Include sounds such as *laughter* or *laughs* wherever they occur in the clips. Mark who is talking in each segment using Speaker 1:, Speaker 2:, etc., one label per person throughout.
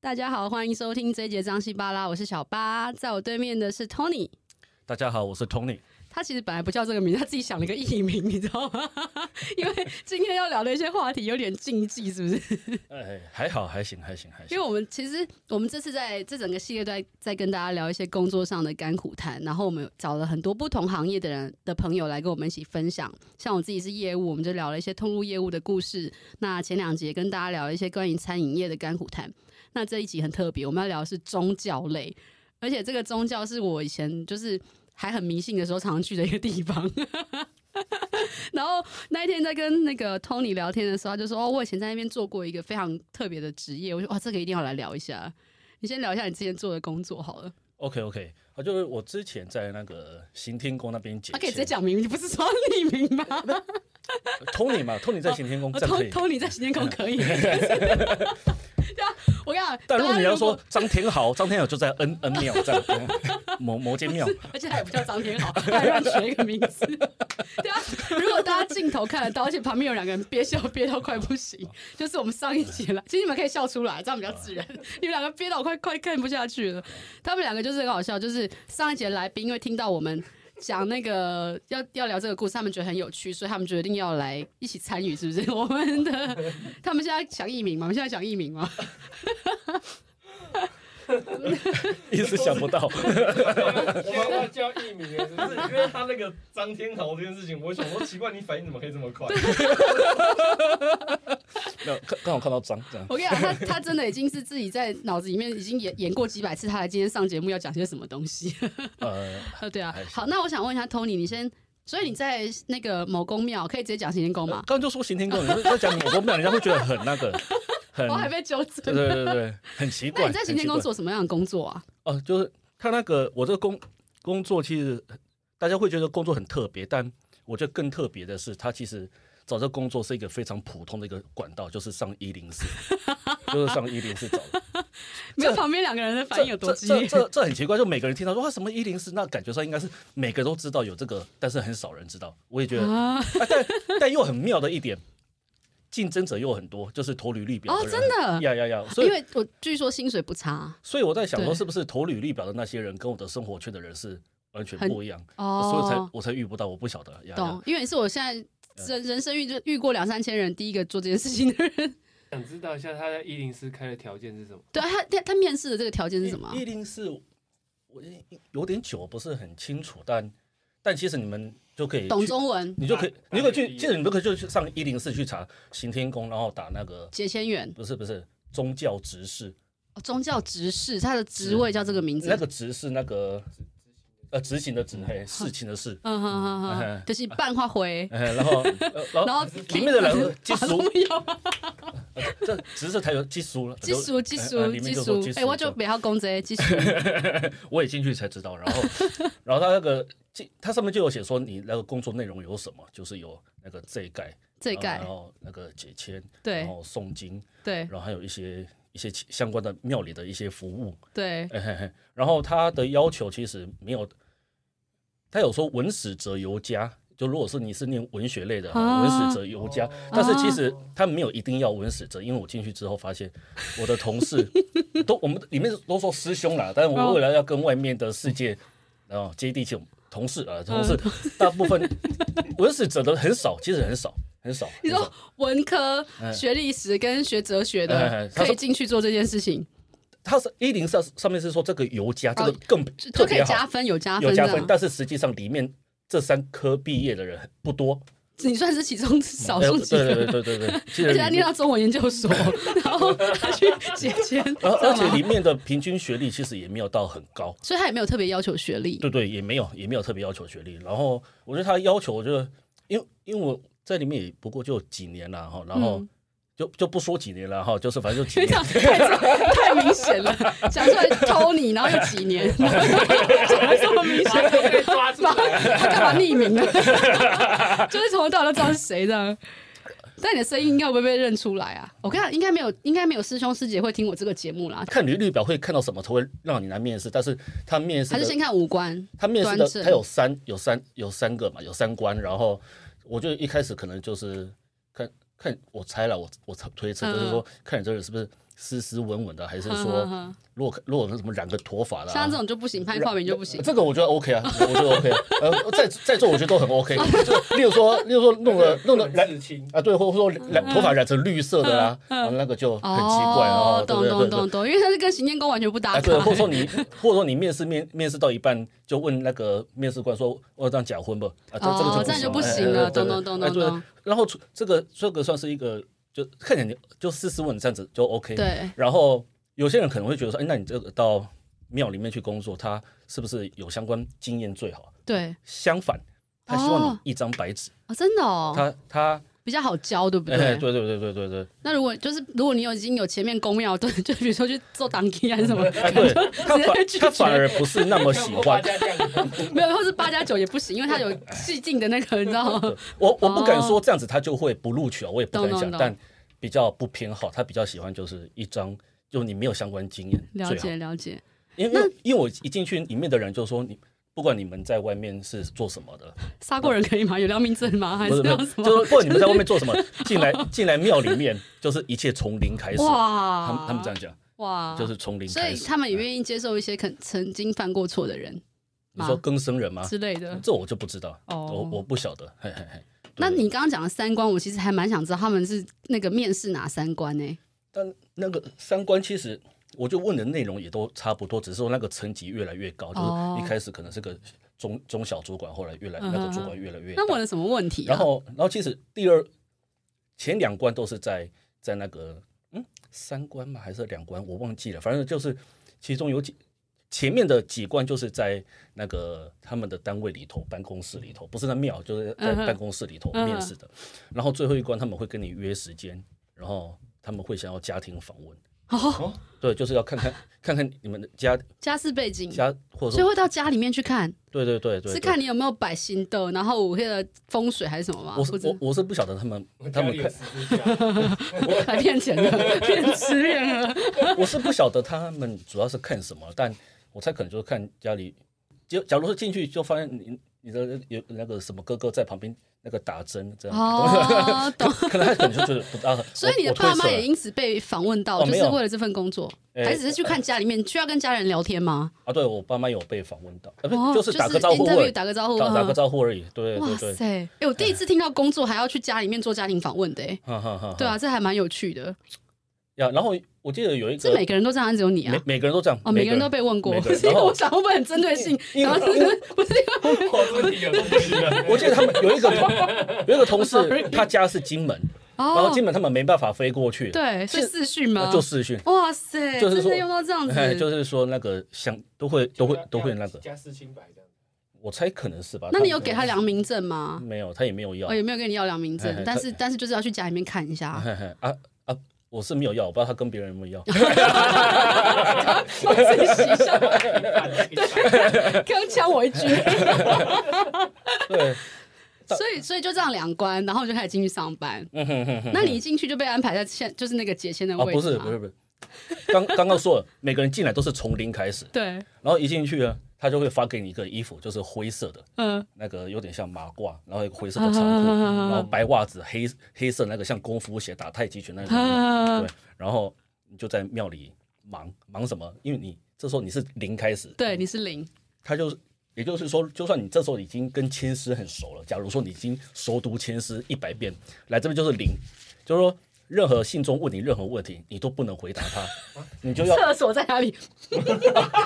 Speaker 1: 大家好，欢迎收听这一节张西巴拉，我是小八，在我对面的是 Tony，
Speaker 2: 大家好，我是 Tony。
Speaker 1: 他其实本来不叫这个名，他自己想了一个艺名，你知道吗？ *laughs* 因为今天要聊的一些话题有点禁忌，是不是？
Speaker 2: 哎，还好，还行，还行，还
Speaker 1: 因
Speaker 2: 行。
Speaker 1: 为我们其实我们这次在这整个系列都在在跟大家聊一些工作上的甘苦谈，然后我们找了很多不同行业的人的朋友来跟我们一起分享。像我自己是业务，我们就聊了一些通路业务的故事。那前两节跟大家聊了一些关于餐饮业的甘苦谈。那这一集很特别，我们要聊的是宗教类，而且这个宗教是我以前就是还很迷信的时候常常去的一个地方。 *laughs* 然后那一天在跟那个 Tony 聊天的时候，他就说：“哦，我以前在那边做过一个非常特别的职业。”我说：“哇，这个一定要来聊一下。”你先聊一下你之前做的工作
Speaker 2: *laughs*
Speaker 1: 好了。
Speaker 2: OK，OK，、啊，就是我之前在那个行天宫那边解
Speaker 1: 他、可以直接
Speaker 2: 签、
Speaker 1: 讲明，你不是说匿名
Speaker 2: *laughs*
Speaker 1: 吗哦
Speaker 2: Tony 嘛，Tony 在行天宫这样可以。
Speaker 1: ？Tony 在时间工
Speaker 2: *laughs*
Speaker 1: 可以。 *laughs* 对啊，我跟你讲，
Speaker 2: 但如果你要
Speaker 1: 大
Speaker 2: 说
Speaker 1: 家
Speaker 2: 张天豪，张天豪就在 N N 庙这样， *laughs* 嗯某某间庙
Speaker 1: 如。果，而且他也不叫张天豪，他还乱取一个名字。 *laughs* 对啊，如果大家镜头看得到，而且旁边有两个人憋笑憋到快不行，就是我们上一集了。其实你们可以笑出来，这样比较自然。你们两个憋到我快快看不下去了。他们两个就是很好笑，就是上一节来宾因为听到我们。讲那个要要聊这个故事，他们觉得很有趣，所以他们决定要来一起参与，是不是？ *laughs* 我们的他们现在想艺名吗？我们现在想艺名吗？
Speaker 2: 一时想不到，
Speaker 3: 我们要叫艺名耶，是不是？因为他那个张天豪这件事情，我想说奇怪，你反应怎么可以这么快？
Speaker 2: 没有刚刚好看到张这样。
Speaker 1: 我跟你讲，他他真的已经是自己在脑子里面已经演演过几百次，他来今天上节目要讲些什么东西。
Speaker 2: 呃，
Speaker 1: 呃，对啊
Speaker 2: 还。行
Speaker 1: 好，那我想问一下 Tony，你先，所以你在那个某公庙可以直接讲行天宫
Speaker 2: 刚
Speaker 1: 吗？
Speaker 2: 呃刚就说行天宫，你是在讲某个庙，人家会觉得很那个，很
Speaker 1: 哦我还被纠
Speaker 2: 对
Speaker 1: 正。
Speaker 2: 对对对，很奇怪。
Speaker 1: 那你在行天宫
Speaker 2: 很奇怪
Speaker 1: 做什么样的工作啊？
Speaker 2: 哦，就是他那个我这个工工作，其实大家会觉得工作很特别，但我觉得更特别的是，他其实找这工作是一个非常普通的一个管道，就是上一零四，就是上一零四找
Speaker 1: *laughs*
Speaker 2: 的。
Speaker 1: 没有旁边两个人的反应有多
Speaker 2: 这
Speaker 1: 激
Speaker 2: 这
Speaker 1: 烈？
Speaker 2: 这这很奇怪，就每个人听到说哇什么一零四，那感觉上应该是每个都知道有这个，但是很少人知道。我也觉得，
Speaker 1: 啊，
Speaker 2: 啊但但又很妙的一点，竞争者又很多，就是投履历表
Speaker 1: 哦，
Speaker 2: 人
Speaker 1: 真的，
Speaker 2: 呀呀呀！所以
Speaker 1: 因为我据说薪水不差
Speaker 2: 所以我在想说，
Speaker 1: 对
Speaker 2: 是不是投履历表的那些人跟我的生活圈的人是完全
Speaker 1: 很
Speaker 2: 不一样，所以才
Speaker 1: 哦，
Speaker 2: 我才遇不到，我不晓得。呀嗯
Speaker 1: 懂？因为你是我现在人人生遇就遇过两三千人，第一个做这件事情的人。
Speaker 3: 想知道一下他在一零四开的条件是什么？
Speaker 1: 对啊，他他他面试的这个条件是什么啊？
Speaker 2: 一零四，我有点久，我不是很清楚，但但其实你们就可以
Speaker 1: 懂
Speaker 2: 去，
Speaker 1: 中文，
Speaker 2: 你就可以
Speaker 3: 打，
Speaker 2: 你就可以
Speaker 3: 打履
Speaker 2: 去，
Speaker 3: 历
Speaker 2: 其实你们可以就去上一零四去查行天宫，然后打那个
Speaker 1: 解签员。
Speaker 2: 不是不是宗教执事，
Speaker 1: 哦宗教执事，他的职位叫这个名字。
Speaker 2: 那个执是那个呃执行的执，嘿，事情的事，
Speaker 1: 嗯哼哼
Speaker 2: 嗯
Speaker 1: 哼，就是半化回，
Speaker 2: 嘿然后呃然
Speaker 1: 然
Speaker 2: 后
Speaker 1: 后
Speaker 2: 里面的人技
Speaker 1: 法都
Speaker 2: 术，
Speaker 1: 没有，
Speaker 2: 这执事才有技术了，
Speaker 1: 技术技
Speaker 2: 呃
Speaker 1: 术
Speaker 2: 里面
Speaker 1: 技
Speaker 2: 就说
Speaker 1: 术
Speaker 2: 技，术
Speaker 1: 哎，我就不要攻这
Speaker 2: *laughs*
Speaker 1: 技术，
Speaker 2: 我也进去才知
Speaker 1: *laughs*
Speaker 2: 道，然后，然后他那个进，它上面就有写说你那个工作内容有什么，就是有那个这一盖，
Speaker 1: 这
Speaker 2: 然
Speaker 1: 盖
Speaker 2: 后那个解签，然
Speaker 1: 对
Speaker 2: 后诵经，
Speaker 1: 对
Speaker 2: 然后还有一些一些其相关的庙里的一些服务，
Speaker 1: 对，
Speaker 2: 哎嘿嘿，然后他的要求其实没有，他有说文史哲尤佳，就如果是你是念文学类的，
Speaker 1: 啊
Speaker 2: 文史哲尤佳，但是其
Speaker 1: 哦
Speaker 2: 实他没有一定要文史哲，因为我进去之后发现，我的同事都我们里面都说师兄啦，但是
Speaker 1: 哦
Speaker 2: 我为了要跟外面的世界然后接地气，同事啊同
Speaker 1: 嗯
Speaker 2: 事大部分文史哲的很少，其实很少很少，
Speaker 1: 你
Speaker 2: 很
Speaker 1: 说
Speaker 2: 少
Speaker 1: 文科
Speaker 2: 哎
Speaker 1: 学历史跟学哲学
Speaker 2: 哎
Speaker 1: 的
Speaker 2: 哎哎他
Speaker 1: 可
Speaker 2: 说
Speaker 1: 以进去做这件事情，
Speaker 2: 他是一零上上面是说这个尤佳，这个
Speaker 1: 哦
Speaker 2: 更
Speaker 1: 就就
Speaker 2: 特
Speaker 1: 可
Speaker 2: 别
Speaker 1: 以
Speaker 2: 好。
Speaker 1: 加分，有加啊
Speaker 2: 有
Speaker 1: 分
Speaker 2: 加
Speaker 1: 这
Speaker 2: 分
Speaker 1: 样，。
Speaker 2: 但是实际上里面这三科毕业的人不多，呃
Speaker 1: 你算是其中少数几
Speaker 2: 对对
Speaker 1: 个，
Speaker 2: 对对对对，其
Speaker 1: *laughs* 而
Speaker 2: 实
Speaker 1: 且
Speaker 2: 里
Speaker 1: 他念
Speaker 2: 面
Speaker 1: 到中文研究
Speaker 2: *laughs*
Speaker 1: 所，然后他去解签，
Speaker 2: 而哦呃而且里面的平均学历其实也没有到很高，
Speaker 1: 所以他也没有特别要求学历。
Speaker 2: 对对，也没有也没有特别要求学历。然后我觉得他要求，我觉得因为因为我在里面也不过就几年了哈，然后
Speaker 1: 嗯
Speaker 2: 就就不说几年了哈，就是反正就几
Speaker 1: 因为这
Speaker 2: 年
Speaker 1: 样。太太明显了，讲出来偷你，然后又几年，
Speaker 2: *laughs*
Speaker 1: 讲的这么明显，
Speaker 3: 被抓住
Speaker 1: 然后
Speaker 3: 来，
Speaker 1: 他干嘛匿名呢？ *laughs* 就是从头到尾都知道是谁的。但你的声音应该不会被认出来啊！我跟你讲，应该没有，应该没有师兄师姐会听我这个节目啦。
Speaker 2: 看履历表会看到什么才会让你来面试，但是他面试
Speaker 1: 还是
Speaker 2: 的
Speaker 1: 先看五官，
Speaker 2: 他面试
Speaker 1: 端
Speaker 2: 的
Speaker 1: 正
Speaker 2: 他有三有三有三个嘛，有三关。然后我就
Speaker 1: 嗯
Speaker 2: 一开始可能就是看看我猜了，我我推测就是说，看你这个人是不是斯斯文文的，还是
Speaker 1: 呵呵
Speaker 2: 说
Speaker 1: 呵
Speaker 2: 如果如果什么染个头发的、啊，
Speaker 1: 嗯像这种就不行，潘跨明就不行。
Speaker 2: 这个我觉得 OK 啊，我觉得 OK 啊，呃，在在座我觉得都很 OK，就例如说，例如说
Speaker 1: *laughs*
Speaker 2: 弄了弄了染
Speaker 3: 刺青，
Speaker 2: 啊，对，或者说染
Speaker 1: 嗯
Speaker 2: 头发染成绿色的啦，然后那个就很奇怪啊，对
Speaker 1: 哦懂
Speaker 2: 不对
Speaker 1: 懂
Speaker 2: 对对
Speaker 1: 懂？懂，因为他是跟行天宫完全不搭
Speaker 2: 啊，
Speaker 1: 嘎
Speaker 2: 对，。或者说你，或者说你面试面面试到一半，就问那个面试官说：“我这样假婚不？”啊，这
Speaker 1: 哦，这
Speaker 2: 这
Speaker 1: 样就
Speaker 2: 个就
Speaker 1: 不
Speaker 2: 不
Speaker 1: 行
Speaker 2: 哎哎
Speaker 1: 了，
Speaker 2: 哎对
Speaker 1: 懂
Speaker 2: 对
Speaker 1: 懂懂
Speaker 2: 哎
Speaker 1: 懂
Speaker 2: 对
Speaker 1: 懂。
Speaker 2: 然后除这个这个算是一个，就看起来你就斯斯文文这样子就 OK。
Speaker 1: 对，
Speaker 2: 然后有些人可能会觉得说：“哎，那你这个到庙里面去工作，他是不是有相关经验最好
Speaker 1: 对？”
Speaker 2: 相反，他希望
Speaker 1: 哦
Speaker 2: 你一张白纸，
Speaker 1: 啊，真的哦，
Speaker 2: 他他
Speaker 1: 比较好教，对不
Speaker 2: 哎，
Speaker 1: 对？
Speaker 2: 对对对对对
Speaker 1: *laughs*
Speaker 2: 对，
Speaker 1: 那如果就是如果你有已经有前面公庙，对， *laughs* 就比如说去做当地还是什么，
Speaker 2: 哎对，他反
Speaker 1: 直接拒绝
Speaker 2: 他反而不是那么喜欢。
Speaker 1: 没有，或是八加九也不行，因为它有细进的那个，你知道吗？
Speaker 2: 对我我不敢说这样子他就会不录取啊，我也不敢
Speaker 1: 哦懂懂
Speaker 2: 讲，
Speaker 1: 懂
Speaker 2: 但比较不偏好，他比较喜欢就是一张，就你没有相关经验
Speaker 1: 了
Speaker 2: 最好。
Speaker 1: 解了解，
Speaker 2: 因为因为我一进去，里面的人就说你。不管你们在外面是做什么的，
Speaker 1: 杀过人可以吗？有良民证吗？ *laughs* 还
Speaker 2: 不
Speaker 1: 是
Speaker 2: 是不
Speaker 1: 要
Speaker 2: 是，
Speaker 1: 什
Speaker 2: 就是
Speaker 1: 么？
Speaker 2: 不管你们在外面
Speaker 1: *laughs*
Speaker 2: 做什么，进来进来庙里面，就是一切从零开始。
Speaker 1: 哇
Speaker 2: 他们他们这样讲，
Speaker 1: 哇，
Speaker 2: 就是从零
Speaker 1: 所
Speaker 2: 开
Speaker 1: 以
Speaker 2: 始。
Speaker 1: 他们也愿意接受一些肯曾经犯过错的人
Speaker 2: 你说啊更生人吗？
Speaker 1: 之类的。
Speaker 2: 这我就不知道，
Speaker 1: 哦
Speaker 2: 我我不晓得。嘿嘿嘿。对
Speaker 1: 那你刚刚讲的三观，我其实还蛮想知道他们是那个面试哪三观欸呢、
Speaker 2: 但那个三观其实，我就问的内容也都差不多，只是说那个层级越来越高，
Speaker 1: 哦
Speaker 2: 就是一开始可能是个中中小主管，后来越来、
Speaker 1: 嗯哼
Speaker 2: 那个主管越来越大
Speaker 1: 那问了什么问题、啊？
Speaker 2: 然后然后其实第二前两关都是在在那个嗯三关吗？还是两关？我忘记了，反正就是其中有几。前面的几关就是在那个他们的单位里头，办公室里头，不是在庙，就是在
Speaker 1: 嗯哼
Speaker 2: 办公室里头
Speaker 1: 嗯哼
Speaker 2: 面试的。然后最后一关他们会跟你约时间，然后他们会想要家庭访问。
Speaker 1: 哦，
Speaker 2: 对，就是要
Speaker 1: *laughs*
Speaker 2: 看看看看你们的家
Speaker 1: 家世背景，
Speaker 2: 家，或者
Speaker 1: 所以
Speaker 2: 说
Speaker 1: 会到家里面去看，
Speaker 2: 对对对对，
Speaker 1: 是
Speaker 2: 对
Speaker 1: 看你有没有摆新的，然后我的风水还是什么吗？
Speaker 2: 我
Speaker 1: 不
Speaker 2: 是
Speaker 1: 知
Speaker 2: 我我是不晓得他们他
Speaker 3: 他
Speaker 2: 们
Speaker 3: 们
Speaker 2: 看，
Speaker 1: 还 *laughs* 骗钱的，骗吃骗喝。
Speaker 2: *laughs* 我是不晓得他们主要是看什么，但我猜可能就是看家里，就假如说进去就发现你你的有那个什么哥哥在旁边那个打针这样， *laughs*
Speaker 1: 哦，懂。
Speaker 2: 可能他可能就觉得不知道，
Speaker 1: *laughs* 所以你的
Speaker 2: 我我
Speaker 1: 爸
Speaker 2: 推测
Speaker 1: 妈
Speaker 2: 了
Speaker 1: 也因此被访问到，
Speaker 2: 哦
Speaker 1: 就是
Speaker 2: 没有
Speaker 1: 为了这份工作，
Speaker 2: 哎
Speaker 1: 还只是去看家里面，需要跟家人聊天吗？
Speaker 2: 啊，对我爸妈有被访问到，啊不
Speaker 1: 哦
Speaker 2: 是就是打个招呼而
Speaker 1: interview
Speaker 2: 已，
Speaker 1: 打个招呼，
Speaker 2: 打打
Speaker 1: 嗯
Speaker 2: 个招呼而已，对
Speaker 1: 哇
Speaker 2: 对对，
Speaker 1: 塞！哎、我第一次听到工作还要去家里面做家庭访问的、哎，
Speaker 2: 哈哈哈，
Speaker 1: 对啊，这还蛮有趣的。
Speaker 2: 呀，然后我记得有一
Speaker 1: 是
Speaker 2: 个
Speaker 1: 每个人都这样，还是只有你啊
Speaker 2: 每？呃每个人都这样，
Speaker 1: 哦，每个人都被问过，
Speaker 2: 每个
Speaker 1: 不
Speaker 2: 人
Speaker 1: 是因为
Speaker 2: 然后
Speaker 1: 我想会不会很针对性，
Speaker 2: 因
Speaker 1: 然后
Speaker 2: 为
Speaker 1: 是不是不是因为
Speaker 2: 我记得他们有一个同
Speaker 1: *laughs*
Speaker 2: 有一个同事，他家是金门，然后
Speaker 1: 哦
Speaker 2: 金，门他们没办法飞过去，
Speaker 1: 对，是
Speaker 2: 是
Speaker 1: 视讯吗？
Speaker 2: 就视讯，
Speaker 1: 哇塞，
Speaker 2: 就是
Speaker 1: 真
Speaker 2: 说
Speaker 1: 的用到这样子，
Speaker 2: 哎，就是说那个想都会都会都会那个，
Speaker 3: 家世清白这样。
Speaker 2: 我猜可能是吧。
Speaker 1: 那你
Speaker 2: 他
Speaker 1: 有给他良民证吗？
Speaker 2: 没有？他也没有要
Speaker 1: 哦，，有没有跟你要良民证
Speaker 2: 哎？
Speaker 1: 但
Speaker 2: 他
Speaker 1: 是但是就是要去家里面看一下，
Speaker 2: 嘿嘿啊啊，我是没有要，我不知道他跟别人有没有
Speaker 1: *laughs*
Speaker 2: 要。
Speaker 1: 放自己洗一下，刚呛我一句，
Speaker 2: 对，
Speaker 1: *laughs* 所以所以就这样两关，然后我就开始进去上班。
Speaker 2: 嗯哼哼哼
Speaker 1: 那你一进去就被安排在现就是那个解签的
Speaker 2: 啊，
Speaker 1: 位置
Speaker 2: 不是
Speaker 1: 嘛
Speaker 2: 不是不是，刚刚刚说了，每个人进来都是从零开始，
Speaker 1: 对，
Speaker 2: 然后一进去呢，他就会发给你一个衣服，就是灰色的，
Speaker 1: 嗯，
Speaker 2: 那个有点像马褂，然后一个灰色的长
Speaker 1: *laughs*
Speaker 2: 裤，然后白袜子，黑黑色那个像功夫鞋打太极拳那
Speaker 1: 啊
Speaker 2: 种，对，然后你就在庙里忙忙什么？因为你这时候你是零开始，
Speaker 1: 对，你是零，
Speaker 2: 他就是。也就是说，就算你这时候已经跟千师很熟了，假如说你已经熟读千师一百遍，来这边就是零，就是说任何信中问你任何问题，你都不能回答他，你就要
Speaker 1: 厕所在哪里？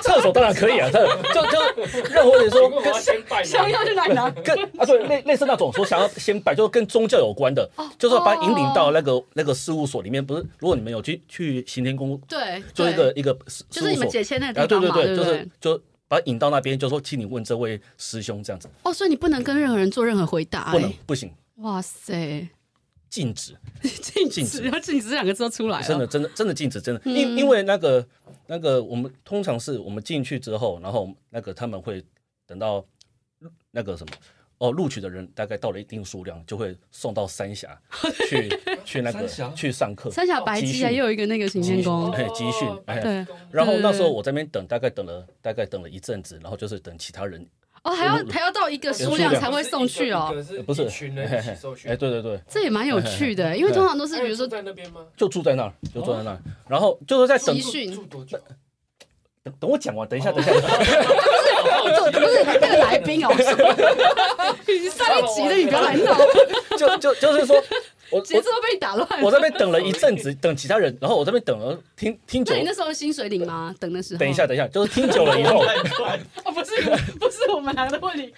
Speaker 2: 厕所当然可以啊，厕就就任何你
Speaker 3: 不
Speaker 2: 说
Speaker 3: 过我要先拜
Speaker 1: 想
Speaker 3: 年，
Speaker 1: 要去哪里拿？
Speaker 2: 跟啊对类类似那种说想要先摆，就是跟宗教有关的，
Speaker 1: 哦
Speaker 2: 就是要把它引领到那个那个事务所里面。不是，如果你们有去去行天宫，
Speaker 1: 对，
Speaker 2: 做一
Speaker 1: 对
Speaker 2: 个一个事
Speaker 1: 就是
Speaker 2: 事务
Speaker 1: 你们
Speaker 2: 所
Speaker 1: 解签那
Speaker 2: 啊，
Speaker 1: 个地
Speaker 2: 对
Speaker 1: 方
Speaker 2: 对
Speaker 1: 嘛，
Speaker 2: 对，
Speaker 1: 不
Speaker 2: 就
Speaker 1: 对
Speaker 2: 是？就把它引到那边，就说请你问这位师兄这样子，
Speaker 1: 哦，所以你不能跟任何人做任何回答，
Speaker 2: 不能
Speaker 1: 哎
Speaker 2: 不行，
Speaker 1: 哇塞，
Speaker 2: 禁止，
Speaker 1: 禁
Speaker 2: 禁
Speaker 1: 止，
Speaker 2: 止
Speaker 1: 要禁止这两个字都出来了，嗯
Speaker 2: 真的真的真的禁止，真的，因因为那个那个我们通常是我们进去之后，然后那个他们会等到那个什么。哦，录取的人大概到了一定数量，就会送到
Speaker 1: *laughs*
Speaker 2: 三峡去去那个
Speaker 3: 三峡
Speaker 2: 去上课。
Speaker 1: 三峡白鸡啊，
Speaker 2: 集训
Speaker 1: 又有一个那个行天宫
Speaker 2: 集，训哎集
Speaker 3: 哦
Speaker 2: 训哎
Speaker 1: 对嗯
Speaker 2: 然后
Speaker 1: 对对
Speaker 2: 那时候
Speaker 1: 对
Speaker 2: 我在那边等，大概等了大概等了一阵子，然后就是等其他人
Speaker 1: 哦，还要还要到一个数量才会送去哦，
Speaker 2: 呃
Speaker 3: 不
Speaker 2: 不
Speaker 3: 是
Speaker 2: 是
Speaker 3: 一群人一起受训
Speaker 2: 哎，，对对对，
Speaker 1: 这也蛮有趣
Speaker 2: *laughs*
Speaker 1: 的，因为通常都是
Speaker 3: 哎
Speaker 1: 比如说
Speaker 3: 住在那边吗？
Speaker 2: 就住在那儿，就住在那儿，然后就是在等
Speaker 1: 集训
Speaker 3: 哦住哦多久？
Speaker 2: 等等我讲完，等一下，等一下，
Speaker 1: *laughs* 不是那个来宾哦，上一集的你不要来闹，
Speaker 2: 就就就是说，
Speaker 1: *laughs*
Speaker 2: 我
Speaker 1: 节奏被你打乱。
Speaker 2: 我我在那边等了一阵子，等其他人，然后我这边等了听听久
Speaker 1: 那，你那时候薪水领吗？等的时候？
Speaker 2: 等一下，，等一下，就是听久了以后，
Speaker 3: 太快，
Speaker 1: 哦，不是不是我们俩的问题，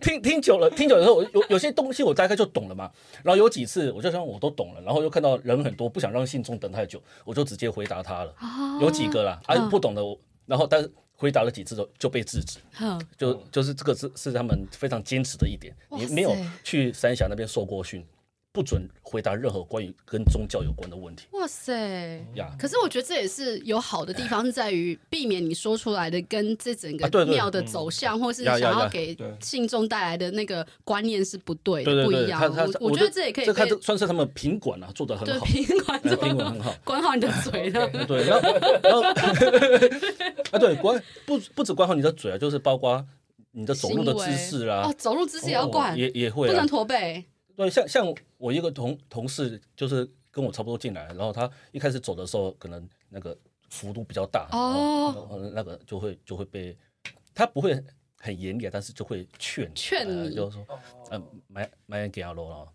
Speaker 2: 听听久了，听久了以后，我有有些东西我大概就懂了嘛。然后有几次我就想我都懂了，然后又看到人很多，不想让信众等太久，我就直接回答他了。有几个啦，啊
Speaker 1: 嗯
Speaker 2: 不懂的我，然后但是回答了几次就就被制止，
Speaker 1: 哼
Speaker 2: 就
Speaker 3: 嗯
Speaker 2: 就是这个是是他们非常坚持的一点，
Speaker 1: 哇
Speaker 2: 你
Speaker 1: 塞
Speaker 2: 没有去三峡那边受过训，不准回答任何关于跟宗教有关的问题
Speaker 1: 哇塞！
Speaker 2: 呀。
Speaker 1: 可是我觉得这也是有好的地方，是在于避免你说出来的跟这整
Speaker 2: 啊对
Speaker 1: 个
Speaker 2: 对
Speaker 1: 庙的走向，或是
Speaker 2: 呀
Speaker 1: 想
Speaker 2: 呀
Speaker 1: 要
Speaker 2: 呀
Speaker 1: 给
Speaker 3: 对
Speaker 1: 信众带来的那个观念是不对
Speaker 2: 对
Speaker 1: 的，
Speaker 2: 对
Speaker 1: 不一
Speaker 2: 对，
Speaker 1: 样
Speaker 2: 他他。
Speaker 1: 我我觉得这也可以
Speaker 2: 这他
Speaker 1: 被
Speaker 2: 这算是他们品管啊，做的很 *laughs*
Speaker 1: 对 *laughs*
Speaker 2: 好，
Speaker 1: 平管
Speaker 2: 哎
Speaker 1: 这
Speaker 2: 品管很好。
Speaker 1: 管好你的嘴了。
Speaker 2: *laughs* 对，然后然后啊，对，管不不止管好你的嘴啊，就是包括你的走路的姿势啦、
Speaker 1: 哦，走路姿势也要
Speaker 2: 哦
Speaker 1: 管，
Speaker 2: 也也会
Speaker 1: 不
Speaker 2: 啊
Speaker 1: 能。驼背。
Speaker 2: 对，像像我一个同同事，就是跟我差不多进来，然后他一开始走的时候，可能那个幅度比较大，
Speaker 1: 哦
Speaker 2: 然后，然后那个就会就会被他不会很严厉啊，但是就会劝
Speaker 1: 劝
Speaker 2: 呃
Speaker 1: 你
Speaker 2: 就是说，嗯、呃，买买给阿罗了，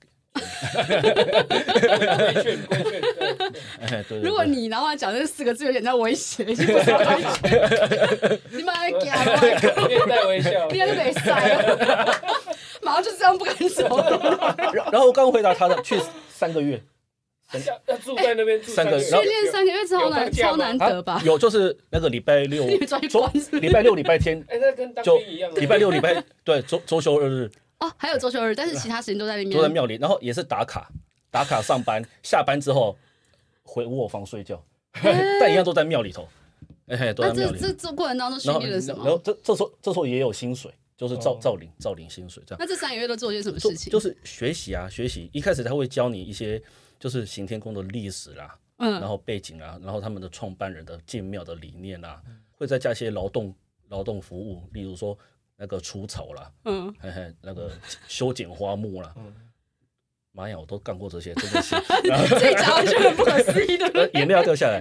Speaker 3: 规
Speaker 2: *laughs*
Speaker 3: 劝规劝，对
Speaker 2: 哎，对对对，
Speaker 1: 如果你然后讲这四个字，有点在威胁，已经不是安全。你
Speaker 3: *laughs*
Speaker 1: 妈给啊！
Speaker 3: 面带
Speaker 1: *laughs*
Speaker 3: 微笑
Speaker 1: 你。还是没塞了，马上就这样不敢走。
Speaker 2: 然后然后我刚回答他的，去三个月，
Speaker 3: 要要住在那边住
Speaker 2: 三个
Speaker 3: 月
Speaker 2: 然后
Speaker 1: 训练三个月超
Speaker 2: *laughs*
Speaker 3: 有
Speaker 1: 难，
Speaker 3: 放假吗
Speaker 1: 超难得吧？
Speaker 2: 啊有就是那个礼拜
Speaker 1: *laughs*
Speaker 2: 六
Speaker 1: 你们抓去
Speaker 2: 周
Speaker 1: 关是不是
Speaker 2: 礼拜六、礼拜天，
Speaker 3: 哎，那跟当
Speaker 2: 就
Speaker 3: 兵一样啊，
Speaker 2: 礼拜六、礼拜对周周休二日
Speaker 1: 哦，还有周休日，但是其他时间都在那边。
Speaker 2: 都在庙里，然后也是打卡，打卡上班，下班之后回卧房睡觉， *laughs* 但一样都在庙里头，哎嘿，都
Speaker 1: 那
Speaker 2: 在庙
Speaker 1: 这
Speaker 2: 里头
Speaker 1: 这。这过程当中训
Speaker 2: 然后，
Speaker 1: 练了什
Speaker 2: 然后
Speaker 1: 么？
Speaker 2: 这这时候这时候也有薪水，就是照
Speaker 3: 哦
Speaker 2: 照领照领薪水这样。
Speaker 1: 那这三个月都做些什么
Speaker 2: 就
Speaker 1: 事情？
Speaker 2: 就是学习啊，学习一开始他会教你一些就是行天宫的历史啦，然
Speaker 1: 嗯，
Speaker 2: 后背景啊，然后他们的创办人的建庙的理念啊，会再加一些劳动劳动服务，例如说那个除草啦，
Speaker 1: 嗯，
Speaker 2: 嘿嘿，那个修剪花木啦
Speaker 3: 嗯。
Speaker 2: 妈呀，我都干过这些，真的是， *laughs* 然后
Speaker 1: 这一讲我觉得很不可思议的。
Speaker 2: 呃眼泪要掉下来。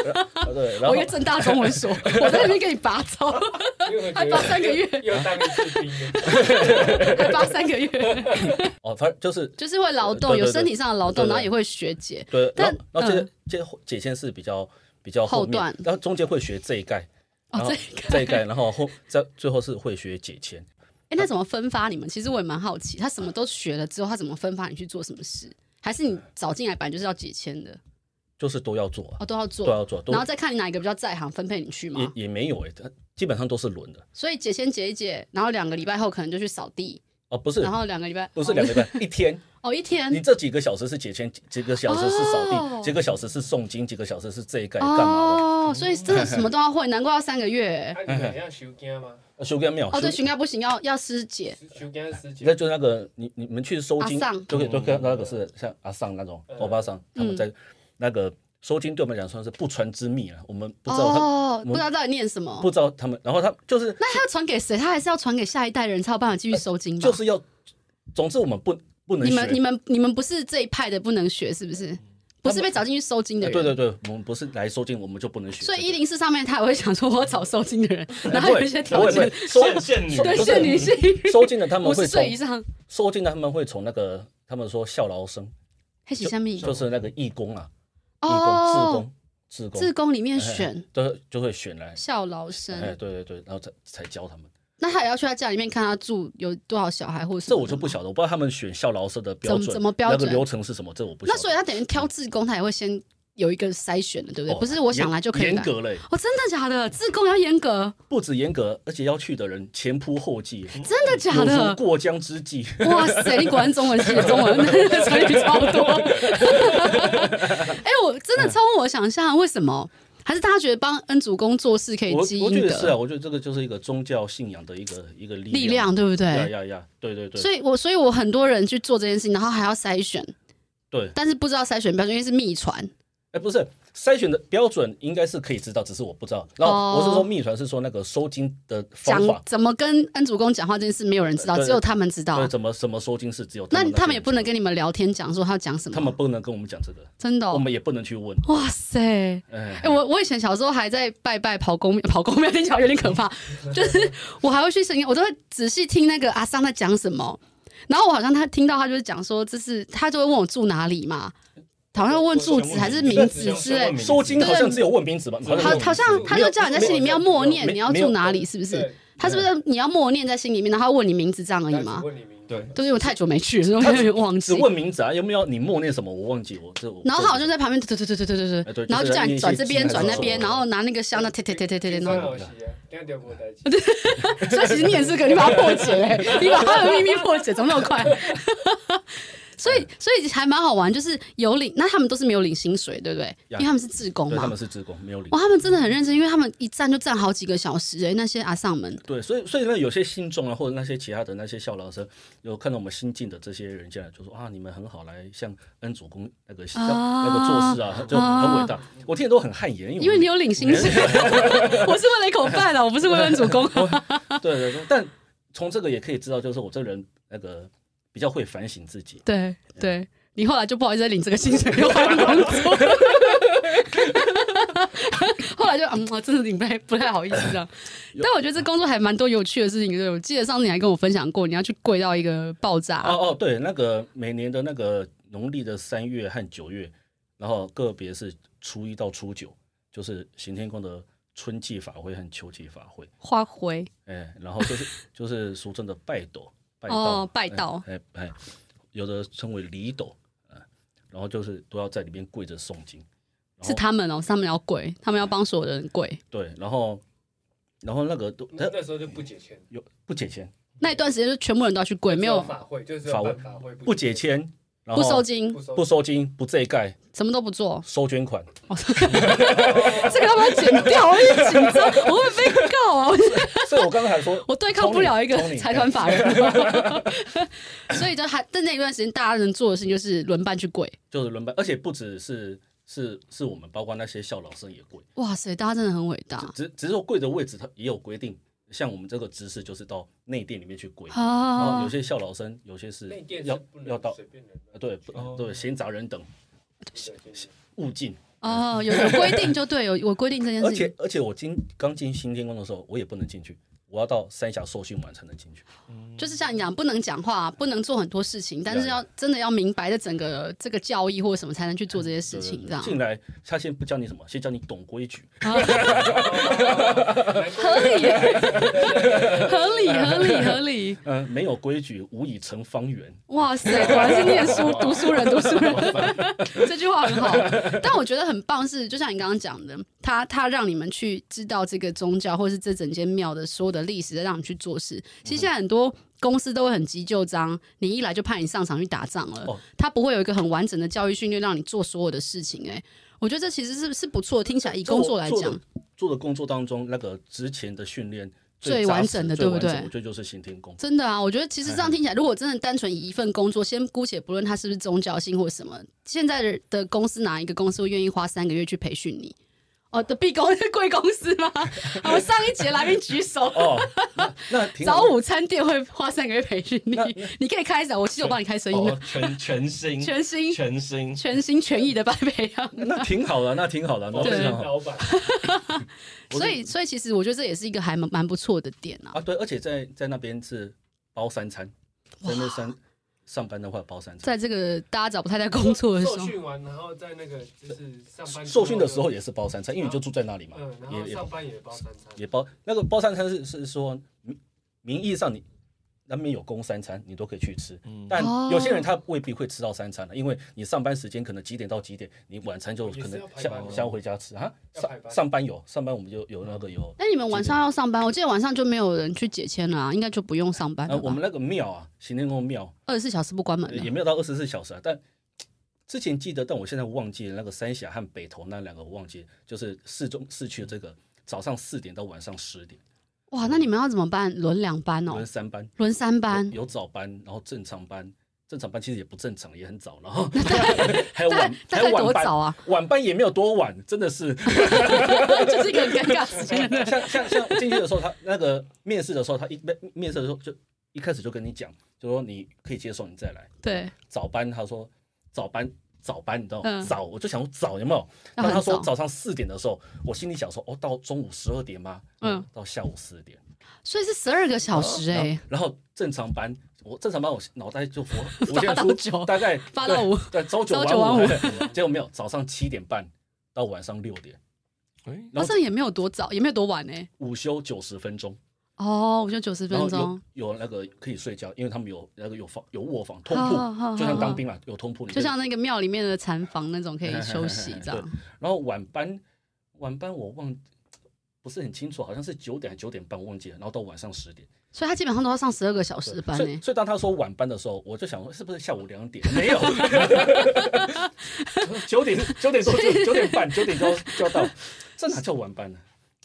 Speaker 2: *laughs* 呃对，然
Speaker 1: 我
Speaker 2: 后
Speaker 1: 一个正大中文所，我在那边给你拔草， *laughs* 还拔三个月，
Speaker 3: 又当一次兵，
Speaker 1: 还拔三个
Speaker 2: *laughs*
Speaker 1: 月，
Speaker 2: 哦，反正就是
Speaker 1: 就是会劳动，
Speaker 2: 对对对
Speaker 1: 有身体上的劳动，
Speaker 2: 对对
Speaker 1: 然后也会学姐。
Speaker 2: 对，然
Speaker 1: 但
Speaker 2: 后然后
Speaker 1: 嗯
Speaker 2: 这个这个解线是比较比较
Speaker 1: 后
Speaker 2: 后面
Speaker 1: 段，
Speaker 2: 然后中间会学这一盖，
Speaker 1: 哦
Speaker 2: 然后
Speaker 1: 这一盖
Speaker 2: 这一盖，然后后再最后是会学解签。
Speaker 1: 哎，那怎么分发你们？其实我也蛮好奇，他什么都学了之后，他怎么分发你去做什么事？还是你找进来本来就是要解签的，
Speaker 2: 就是都要做啊，
Speaker 1: 哦，都要做，
Speaker 2: 都要做都
Speaker 1: 然后再看你哪一个比较在行，分配你去嘛。
Speaker 2: 也也没有哎、它基本上都是轮的
Speaker 1: 所以解签解一解，然后两个礼拜后可能就去扫地，
Speaker 2: 哦，不是
Speaker 1: 然后两个礼拜
Speaker 2: 不是两个礼拜，一
Speaker 1: *laughs*
Speaker 2: 天，
Speaker 1: 哦一天
Speaker 2: 你这几个小时是解签，几几个小时是扫
Speaker 1: 哦
Speaker 2: 地，几个小时是诵经，几个小时是这一盖干嘛的？
Speaker 1: 哦，所以真的什么都要会，难怪要三个月。
Speaker 3: 啊那你们
Speaker 2: 嗯
Speaker 3: 要修经吗？
Speaker 2: 呃修干庙
Speaker 1: 哦，对，
Speaker 2: 修
Speaker 1: 巡该不行，要要师姐。
Speaker 3: 修经师姐
Speaker 2: 那，就是那个你你们去收金
Speaker 1: 阿丧，
Speaker 2: 就可以就跟
Speaker 3: 嗯
Speaker 2: 那个是像阿丧那种
Speaker 3: 嗯
Speaker 2: 欧巴桑，他们在那个收金对我们来讲算是不传之秘啊了，我们不知道他
Speaker 1: 哦，
Speaker 2: 我
Speaker 1: 不知道到底念什么
Speaker 2: 不。知道他们，然后他就是
Speaker 1: 那他要传给谁？他还是要传给下一代人，才有办法继续收金吧？
Speaker 2: 就是要，总之我们不不能
Speaker 1: 你们你
Speaker 2: 学。哎
Speaker 1: 们你们不是这一派的，不能学是不是？不是被找进去收金的
Speaker 2: 对
Speaker 1: 人。
Speaker 2: 对对，我们不是来收金，我们就不能学。
Speaker 1: 所以一零四上面他也会想说，我要找受精的人， *laughs* 然后有一些条
Speaker 2: 哎不会不
Speaker 1: 件
Speaker 2: 会，收
Speaker 3: *laughs* 现女
Speaker 1: 对
Speaker 2: 不是
Speaker 1: 限女性，
Speaker 2: 收金的他们
Speaker 1: 五
Speaker 2: 会
Speaker 1: 十
Speaker 2: 从
Speaker 1: 岁以上，
Speaker 2: 收金的他们会从那个他们说孝劳生，
Speaker 1: 黑起下面
Speaker 2: 就是那个义工啊，义
Speaker 1: 哦，
Speaker 2: 工、志工、
Speaker 1: 自
Speaker 2: 志工，
Speaker 1: 工里面选
Speaker 2: 都就会选来。
Speaker 1: 校老
Speaker 2: 哎，
Speaker 1: 生，
Speaker 2: 对对对，然后才才教他们。
Speaker 1: 那他也要去他家里面看他住有多少小孩或者什
Speaker 2: 这
Speaker 1: 么
Speaker 2: 我就不
Speaker 1: 的吗。
Speaker 2: 晓得，我不知道他们选孝劳生的标准
Speaker 1: 怎么怎么标准
Speaker 2: 那个流程是什么，这我不晓
Speaker 1: 那
Speaker 2: 得。
Speaker 1: 所以他等于挑自工，他也会先有一个筛选的，对不对？
Speaker 2: 哦
Speaker 1: 不是我想来就可以
Speaker 2: 严
Speaker 1: 来
Speaker 2: 严。格嘞，
Speaker 1: 哦，真的假的？自工要严格，
Speaker 2: 不止严格，而且要去的人前仆后继，
Speaker 1: 真的假
Speaker 2: 有如
Speaker 1: 的？
Speaker 2: 过江之鲫。
Speaker 1: 哇塞，你果然中文系的中文 *laughs* 成语超多。哎、我真
Speaker 2: 嗯
Speaker 1: 的超乎我想象，为什么？还是大家觉得帮恩主公做事可以
Speaker 2: 我
Speaker 1: 积
Speaker 2: 我觉
Speaker 1: 阴
Speaker 2: 得是啊，
Speaker 1: 德
Speaker 2: 我觉得这个就是一个宗教信仰的一个一个力
Speaker 1: 力量，对不对？
Speaker 2: 呀呀呀，对啊对对，
Speaker 1: 所以我所以我很多人去做这件事情，然后还要筛选，
Speaker 2: 对
Speaker 1: 但是不知道筛选标准，因为是秘传，
Speaker 2: 哎，不是筛选的标准应该是可以知道，只是我不知道。然
Speaker 1: 哦
Speaker 2: 后我是说秘传是说那个收金的方
Speaker 1: 讲
Speaker 2: 法，
Speaker 1: 怎么跟恩主公讲话这件事，没有人知道，
Speaker 2: 对
Speaker 1: 只有他们知道
Speaker 2: 对，
Speaker 1: 啊。
Speaker 2: 怎么什么收金是只有
Speaker 1: 那
Speaker 2: 他
Speaker 1: 他们也不能跟你们聊天，讲说他要讲什么。
Speaker 2: 他们不能跟我们讲这个，
Speaker 1: 真的哦、
Speaker 2: 我们也不能去问。
Speaker 1: 哇塞！
Speaker 2: 哎
Speaker 1: 哎、，我我以前小时候还在拜拜跑公庙，跑公庙听起来有点可怕，就是我还会去神，我都会仔细听那个阿桑在讲什么。然后我好像他听到他就是讲说，这是他就会问我住哪里嘛，好像问住址还是名字之类。
Speaker 2: 收金好像
Speaker 1: 对
Speaker 2: 只有问名字吧？
Speaker 1: 好，
Speaker 2: 好像
Speaker 1: 好像他就叫你在心里面要默念
Speaker 2: 没有
Speaker 1: 你要
Speaker 2: 没有
Speaker 1: 住哪里，是不是？
Speaker 3: 对，
Speaker 1: 他是不是你要默念在心里面，然后他问你名字这样而已吗？
Speaker 3: 问你名字对，
Speaker 1: 对，因为我太久没去了，所以我有点忘
Speaker 2: 只
Speaker 1: 记。
Speaker 2: 问名字啊，有没有你默念什么？我忘记我这。我
Speaker 1: 然后他好像在旁边，对对对对对对
Speaker 2: 哎
Speaker 1: 对
Speaker 2: 对，
Speaker 1: 然后就
Speaker 2: 就是
Speaker 1: 叫你
Speaker 2: 念一些啊
Speaker 1: 转这边
Speaker 2: 经
Speaker 1: 转那
Speaker 2: 文
Speaker 1: 边，
Speaker 2: 什么
Speaker 1: 然后拿那个香那贴贴贴贴贴贴，然后
Speaker 3: 后啊听到无代志。
Speaker 1: *laughs* 所以其实你也是可以，你把它破解、欸，
Speaker 2: *laughs*
Speaker 1: 你把他的秘密破解，怎么那么快？ *laughs* 所以，所以还蛮好玩，就是有领，那他们都是没有领薪水，对不对？因
Speaker 2: 呀
Speaker 1: 为他们是志工
Speaker 2: 对他
Speaker 1: 嘛
Speaker 2: 们。是职工，没有领
Speaker 1: 哇，。他们真的很认真，因为他们一站就站好几个小时、欸，那些阿丧们，
Speaker 2: 对，所以所以呢，有些新众啊，或者那些其他的那些校老生，有看到我们新进的这些人进来，就说啊，你们很好，来向恩主公那个像那个做事啊，就很伟大。我听着都很汗颜，
Speaker 1: 因为你有领薪
Speaker 2: *laughs*
Speaker 1: 水，我是为了一口饭啊，我不是为了主公、啊。
Speaker 2: 对对对，但从这个也可以知道，就是我这人那个比较会反省自己。
Speaker 1: 对对，你后来就不好意思再领这个薪水，又换工作。后来就嗯，我真的领不太不太好意思 *laughs* 这样。但我觉得这工作还蛮多有趣的事情，对不对我记得上次你还跟我分享过，你要去跪到一个爆炸，
Speaker 2: 哦哦，对，那个每年的那个农历的三月和九月，然后个别是初一到初九，就是行天宫的春季法会和秋季法会。
Speaker 1: 花灰
Speaker 2: 哎，然后就是 *laughs* 就是俗称的拜斗，拜道，
Speaker 1: 哦拜斗
Speaker 2: 哎哎，哎有的称为礼斗，哎，然后就是都要在里面跪着诵经，然后
Speaker 1: 是他们哦，是他们要跪，他们要帮所有的人跪。
Speaker 2: 对，然后然后那个都他
Speaker 3: 那时候就不解签，
Speaker 2: 有不解签，
Speaker 1: 那一段时间就全部人都要去跪，没哦有
Speaker 3: 法会，就是要办法会
Speaker 2: 不解，签，然
Speaker 1: 不
Speaker 2: 后
Speaker 1: 收金
Speaker 3: 不，收
Speaker 2: 不收金，不这盖，。
Speaker 1: 什么都不做
Speaker 2: 收捐款，
Speaker 1: *laughs* 这个要不要剪掉？我有点紧张，我会被告啊！我，
Speaker 2: 所以我刚才还说
Speaker 1: *laughs* 我对抗不了一个
Speaker 2: 从你
Speaker 1: 财团，法
Speaker 2: *laughs*
Speaker 1: 人， *laughs* 所以就还但那一段时间大家能做的事情就是轮班去跪。
Speaker 2: 就是轮班，而且不只是是是我们，包括那些校老生也跪，
Speaker 1: 哇塞，大家真的很伟大
Speaker 2: 只只是说跪的位置它也有规定，像我们这个姿势就是到内殿里面去跪。然后
Speaker 1: 啊
Speaker 2: 有！些校老生，有些是
Speaker 3: 那店
Speaker 2: 要
Speaker 3: 是不
Speaker 2: 要
Speaker 3: 能
Speaker 2: 到
Speaker 3: 随便人
Speaker 2: 呃对不对闲杂人等勿进，
Speaker 1: 哦，有有规定就对，有有规定这件
Speaker 2: 而
Speaker 1: 事情
Speaker 2: 且。而且我进刚进新天宫的时候，我也不能进去，我要到三峡受训完才能进去。
Speaker 1: 就是像你讲，不能讲话，不能做很多事情，但是
Speaker 2: 对
Speaker 1: 要真的要明白的整个这个教义或者什么，才能去做这些事
Speaker 2: 对
Speaker 1: 情，
Speaker 2: 对
Speaker 1: 这样
Speaker 2: 进来，他先不教你什么，先教你懂规矩。
Speaker 1: 合理，合理，合理，合理。
Speaker 2: 嗯，没有规矩，无以成方圆。
Speaker 1: 哇塞，果然是念书读书人，读书
Speaker 2: *laughs*
Speaker 1: 人，这句话很好。但我觉得很棒是，就像你刚刚讲的，他他让你们去知道这个宗教，或是这整间庙的所有的历史，再让你去做事。其实现在很多公司都会很急就章，你一来就派你上场去打仗了，
Speaker 2: 哦
Speaker 1: 他不会有一个很完整的教育训练让你做所有的事情、哎，我觉得这其实是是不错，听起来以工作来
Speaker 2: 做
Speaker 1: 讲
Speaker 2: 的，做的工作当中，那个之前的训练
Speaker 1: 最
Speaker 2: 扎
Speaker 1: 完
Speaker 2: 实
Speaker 1: 整的
Speaker 2: 最
Speaker 1: 对不
Speaker 2: 完整
Speaker 1: 对
Speaker 2: 我觉得就是新天宫。
Speaker 1: 真的啊，我觉得其实这样听起来，如果真的单纯以一份工作，先姑且不论它是不是宗教性或什么，现在的的公司哪一个公司会愿意花三个月去培训你？哦，的 B 公是贵公司吗？啊我上一节来宾举手，
Speaker 2: 哦，那那挺好
Speaker 1: *laughs* 早午餐店会花三个月培训你
Speaker 2: 那，
Speaker 1: *laughs* 你可以开始啊，我其实我帮你开
Speaker 2: 哦
Speaker 1: 声音的，
Speaker 3: 全全
Speaker 1: *laughs*
Speaker 3: 新
Speaker 1: 全心
Speaker 3: 全新，
Speaker 1: 全心全意的拜培养。
Speaker 2: 那挺好的，那挺好的，那
Speaker 3: 我
Speaker 1: *laughs* 对
Speaker 2: 非
Speaker 3: 是
Speaker 2: 常好。
Speaker 3: 老板，
Speaker 2: 我是
Speaker 1: 所以，所以其实我觉得这也是一个还蛮蛮不错的点啊。
Speaker 2: 啊，对，而且在在那边是包三餐，在那三上班的话包三餐，
Speaker 1: 在这个大家找不太到工作的时
Speaker 3: 受
Speaker 1: 候，
Speaker 3: 训完，然后在那个就是上班
Speaker 2: 受训的时候，也是包三餐，因为你就住在那里嘛，
Speaker 3: 嗯，然后
Speaker 2: 也也
Speaker 3: 上班也包三餐，
Speaker 2: 也包那个包三餐是是说名名义上你。那边有供三餐，你都可以去吃，
Speaker 3: 嗯
Speaker 2: 但
Speaker 1: 哦
Speaker 2: 有些人他未必会吃到三餐啊了，因为你上班时间可能几点到几点，你晚餐就可
Speaker 3: 也是
Speaker 2: 能
Speaker 3: 要排
Speaker 2: 下
Speaker 3: 班吗
Speaker 2: 下午回家吃啊。
Speaker 3: 要排
Speaker 2: 上
Speaker 3: 班
Speaker 2: 上班有上班，我们就有那个有，
Speaker 1: 哎那你们晚上要上班？我记得晚上就没有人去解签了、啊，应该就不用上班
Speaker 2: 呃，
Speaker 1: 了
Speaker 2: 我
Speaker 1: 吧
Speaker 2: 们？那个庙啊，行天宫庙，
Speaker 1: 二十四小时不关门的
Speaker 2: 也。没有到二十四小时啊，但之前记得，但我现在忘记了那个三峡和北投那两个，我忘记了，就是市中市区的这个早上四点到晚上十点，
Speaker 1: 哇，那你们要怎么办？轮两班哦
Speaker 2: 分，三班，
Speaker 1: 轮三
Speaker 2: 有
Speaker 1: 班，
Speaker 2: 有早班，然后正常班，正常班其实也不正常，也很早了哈。 *laughs* 还有晚，
Speaker 1: 大
Speaker 2: 还
Speaker 1: 概
Speaker 2: 有
Speaker 1: 多
Speaker 2: 晚
Speaker 1: 早
Speaker 2: 班， *laughs*
Speaker 1: 啊？
Speaker 2: 晚班也没有多晚，真的是。
Speaker 1: 就是一个很尴尬的时间。
Speaker 2: *laughs* 像像像我进去的时候，他那个面试的时候，他一面面试的时候就一开始就跟你讲，就说你可以接受，你再来。
Speaker 1: 对，
Speaker 2: 早班，他说早班早班，你知道吗？
Speaker 1: 嗯
Speaker 2: 早，我就想说早有没有？
Speaker 1: 那
Speaker 2: 那他
Speaker 1: 很
Speaker 2: 说
Speaker 1: 早，
Speaker 2: 早上四点的时候，我心里想说，哦，到中午十二点吗？
Speaker 1: 嗯
Speaker 2: 嗯，到下午四点。
Speaker 1: 所以是十二个小时哎、
Speaker 2: 哦然后然后正常班，我正常班我脑袋就
Speaker 1: *laughs*
Speaker 2: 浮浮
Speaker 1: 发
Speaker 2: 现
Speaker 1: 到
Speaker 2: 出
Speaker 1: 九
Speaker 2: 大概
Speaker 1: 发到五，
Speaker 2: 对，对朝九
Speaker 1: 朝九晚
Speaker 2: 晚五，结果没有，早上七点半到晚上六点，
Speaker 3: 哎，
Speaker 1: 好
Speaker 2: 然后
Speaker 1: 像也没有多早，也没有多晚哎、
Speaker 2: 午休九十分钟，
Speaker 1: 哦，我就九十
Speaker 2: 然
Speaker 1: 分
Speaker 2: 后
Speaker 1: 钟，
Speaker 2: 有有那个可以睡觉，因为他们有那个有房有卧房通
Speaker 1: 哦好好好
Speaker 2: 铺，就像
Speaker 1: 好
Speaker 2: 当兵嘛，有通铺，你
Speaker 1: 就
Speaker 2: 可以
Speaker 1: 像那个庙里面的禅房那种可以休息这样
Speaker 2: 对。然后晚班晚班我忘不是很清楚，好像是九点还是九点半，我忘记了。然后到晚上十点，
Speaker 1: 所以他基本上都要上十二个小时
Speaker 2: 对
Speaker 1: 的班
Speaker 2: 所
Speaker 1: 哎、
Speaker 2: 以所以当他说晚班的时候，我就想说是不是下午两
Speaker 1: *laughs*
Speaker 2: 点？没有，九点九点
Speaker 1: *laughs*
Speaker 2: 多就九点半九点多就要到，这哪叫晚班呢、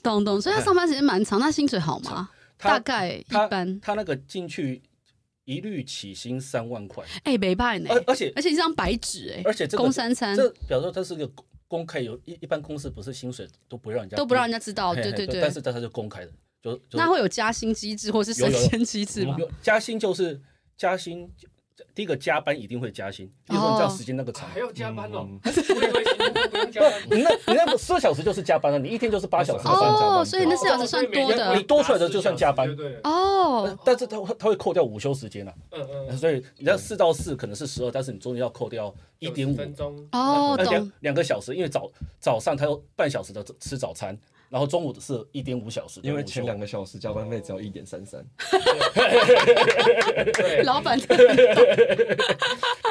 Speaker 1: 懂懂。所以他上班时间蛮长，那薪水好吗？大
Speaker 2: 他
Speaker 1: 概一
Speaker 2: 他
Speaker 1: 般。
Speaker 2: 他那个进去一律起薪三万块，
Speaker 1: 哎、没办呢
Speaker 2: 而，而且
Speaker 1: 而且一张白纸哎、
Speaker 2: 而且这个
Speaker 1: 公三餐
Speaker 2: 这表示说他是个公公开有一一般公司不是薪水都不让人家
Speaker 1: 都不让人
Speaker 2: 家
Speaker 1: 家知道，对对对。
Speaker 2: 但是但他就公开的，就就
Speaker 1: 那会有加薪机制或是升
Speaker 2: 有有有
Speaker 1: 迁机制吗？
Speaker 2: 有加薪就是加薪，第一个加班一定会加薪，比如
Speaker 1: 哦
Speaker 2: 说你这样时间那个长
Speaker 3: 还，要加班哦
Speaker 4: 嗯？
Speaker 3: 我以为行动不
Speaker 2: *laughs*
Speaker 3: 用加班。
Speaker 2: 你那你那个四个小时就是加班了，你一天就是八小时
Speaker 4: 哦
Speaker 2: 算加班。
Speaker 1: 所以那是小时
Speaker 2: 哦
Speaker 1: 算多的
Speaker 2: 你多出来的就算加班
Speaker 3: 对了，
Speaker 1: 哦
Speaker 2: 但，但是他会他会扣掉午休时间啊，
Speaker 3: 嗯嗯，
Speaker 2: 所以你要四到四可能是十二，但是你中间要扣掉一点
Speaker 3: 90
Speaker 2: 五，
Speaker 3: 分钟
Speaker 1: 哦
Speaker 2: 呃
Speaker 1: 懂
Speaker 2: 两两个小时，因为早早上他有半小时的吃早餐，然后中午是一点五小时的午休，
Speaker 4: 因为前两个小时加班费只要一点三三，
Speaker 3: 对，
Speaker 1: 老板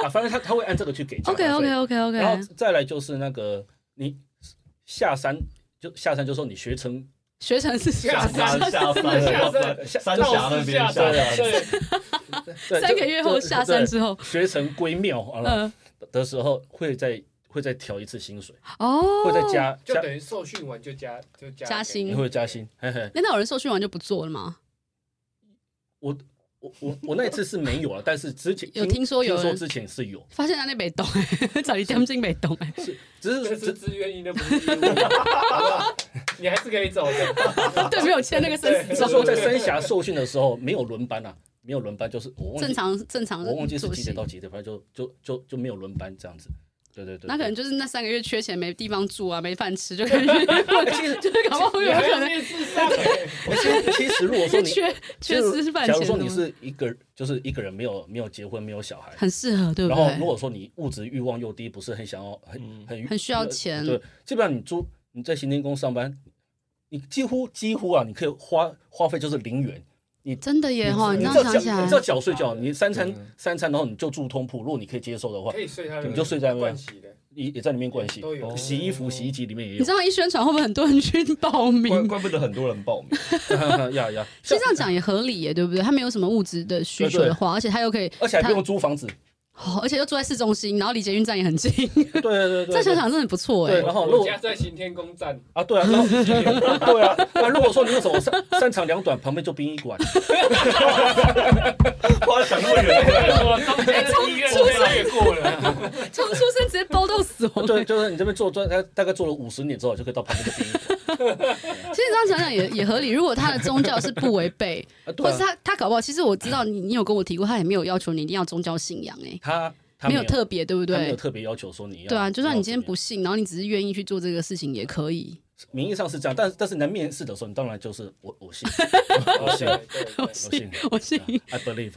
Speaker 2: 啊，反正他他会按这个去给加班费。
Speaker 1: OK OK OK
Speaker 2: 然
Speaker 1: OK，
Speaker 2: 后再来就是那个你下山就下山就说你学成呃
Speaker 1: 学成是
Speaker 3: 下
Speaker 4: 山下
Speaker 3: 下
Speaker 4: 山山
Speaker 3: 山
Speaker 4: 三峡那边
Speaker 3: 下
Speaker 4: 下
Speaker 3: 山，
Speaker 4: 山，
Speaker 3: 对，啊
Speaker 2: 对
Speaker 1: 三个月后下山之后
Speaker 2: 就，学成归庙好了
Speaker 1: 嗯，
Speaker 2: 的时候，会再会再调一次薪水，
Speaker 1: 哦，
Speaker 2: 会再。加
Speaker 3: 就
Speaker 2: 加，
Speaker 3: 等于受训完就加就加
Speaker 1: 加
Speaker 2: 你
Speaker 1: 薪
Speaker 2: 会加薪。嘿嘿，
Speaker 1: 那有人受训完就不做了吗？
Speaker 2: *laughs* 我我我那一次是没有了，啊但是之前
Speaker 1: 有听说有
Speaker 2: 听说
Speaker 1: 人
Speaker 2: 之前是有，
Speaker 1: 发现他那北 *laughs* 懂哎，找你江进北懂哎，
Speaker 2: 是只 *laughs*
Speaker 3: 这
Speaker 2: 是
Speaker 3: 是
Speaker 2: 只
Speaker 3: 自愿意的，不是义
Speaker 2: *laughs*
Speaker 3: 务，好不好？你还是可以走的。
Speaker 1: *laughs* 对，没有签那个生死
Speaker 2: 只
Speaker 1: 状
Speaker 2: 是，说 *laughs* 在三峡受训的时候没有轮班啊，没有轮班就是我忘
Speaker 1: 正
Speaker 2: 记
Speaker 1: 常正常
Speaker 2: 我忘记是
Speaker 1: 作
Speaker 2: 几点
Speaker 1: 息
Speaker 2: 到。几点，反正就就就就没有轮班这样子。对对对，
Speaker 1: 那可
Speaker 2: 对
Speaker 1: 能就是那三个月缺钱没地方住啊，没饭吃，就
Speaker 2: *laughs*
Speaker 1: 可以去，就是搞不好会有 *laughs*
Speaker 3: 还
Speaker 1: 可
Speaker 3: 要
Speaker 1: 能
Speaker 3: 面试上欸
Speaker 2: 其实其实如果说
Speaker 1: 就 *laughs*
Speaker 2: 你
Speaker 1: 缺缺吃饭
Speaker 2: 假
Speaker 1: 钱
Speaker 2: 如
Speaker 1: 的
Speaker 2: 说
Speaker 1: 吗。
Speaker 2: 你是一个就是一个人没有没有结婚没有小孩，
Speaker 1: 很适合，对不
Speaker 2: 然后
Speaker 1: 对？
Speaker 2: 如果说你物质欲望又低，不是很想要很很
Speaker 1: 很需要钱
Speaker 2: 呃对，基本上你租你在行天宫上班，你几乎几乎啊，你可以花花费就是零元。
Speaker 1: 真的耶哈，
Speaker 4: 你
Speaker 1: 哦你这
Speaker 2: 你只
Speaker 1: 样想起来
Speaker 2: 要缴你只，要缴税缴，你三餐
Speaker 4: 对啊
Speaker 2: 三餐，然后你就住通铺，如果你可以接受的话
Speaker 3: 可，以睡他的，
Speaker 2: 你就睡在那
Speaker 3: 盥洗的，
Speaker 2: 也也在里面关系哦
Speaker 3: 都有。
Speaker 2: 洗衣服、洗衣机里面也
Speaker 1: 你这样一宣传，会不会很多人去报
Speaker 4: 怪
Speaker 1: 名？
Speaker 4: 怪不得很多人报
Speaker 2: *laughs*
Speaker 4: 名，
Speaker 2: 有。呀呀，
Speaker 1: 其实这样讲也合理耶，对不对？他没有什么物质的需求的话，而且他又可以，
Speaker 2: 而且还不
Speaker 1: 他
Speaker 2: 用租房子。
Speaker 1: 哦，而且又住在市中心，然后离捷运站也很近，
Speaker 2: 对对对对，
Speaker 1: *laughs* 这想想真的不错哎
Speaker 2: 对。然后如
Speaker 3: 我
Speaker 2: 果
Speaker 3: 家在行天
Speaker 2: *laughs*
Speaker 3: 宫站，
Speaker 2: 啊，对啊，然后对啊，那 *laughs* 如果说你有什么三三长两短，旁边就殡
Speaker 1: *laughs*
Speaker 2: 仪馆，
Speaker 4: 花想那么远，
Speaker 3: 我中间的医院都越过了，
Speaker 1: 从出生直接包到死亡。
Speaker 2: 对，就是你这边做做大大概做了五十年之后，就可以到旁边的殡仪馆。
Speaker 1: 其实这样想想也也合理。如果他的宗教是不违背，
Speaker 2: 啊，
Speaker 1: 或
Speaker 2: *laughs* 对
Speaker 1: 是
Speaker 2: 啊，
Speaker 1: 他他搞不好，其实我知道你你有跟我提过，他也没有要求你一定要宗教信仰哎，
Speaker 2: 他他
Speaker 1: 没有特别，对不
Speaker 2: 他没有
Speaker 1: 对？
Speaker 2: 特别要求说你要
Speaker 1: 对啊，就算你今天不
Speaker 2: 要
Speaker 1: 信，然后你只是愿意去做这个事情也可以。
Speaker 2: 怎么样名义上是这样，但是但是你在面试的时候，你当然就是我
Speaker 1: *laughs*
Speaker 2: 我信我信啊
Speaker 3: 对对对
Speaker 1: 我信，我信。
Speaker 2: I believe，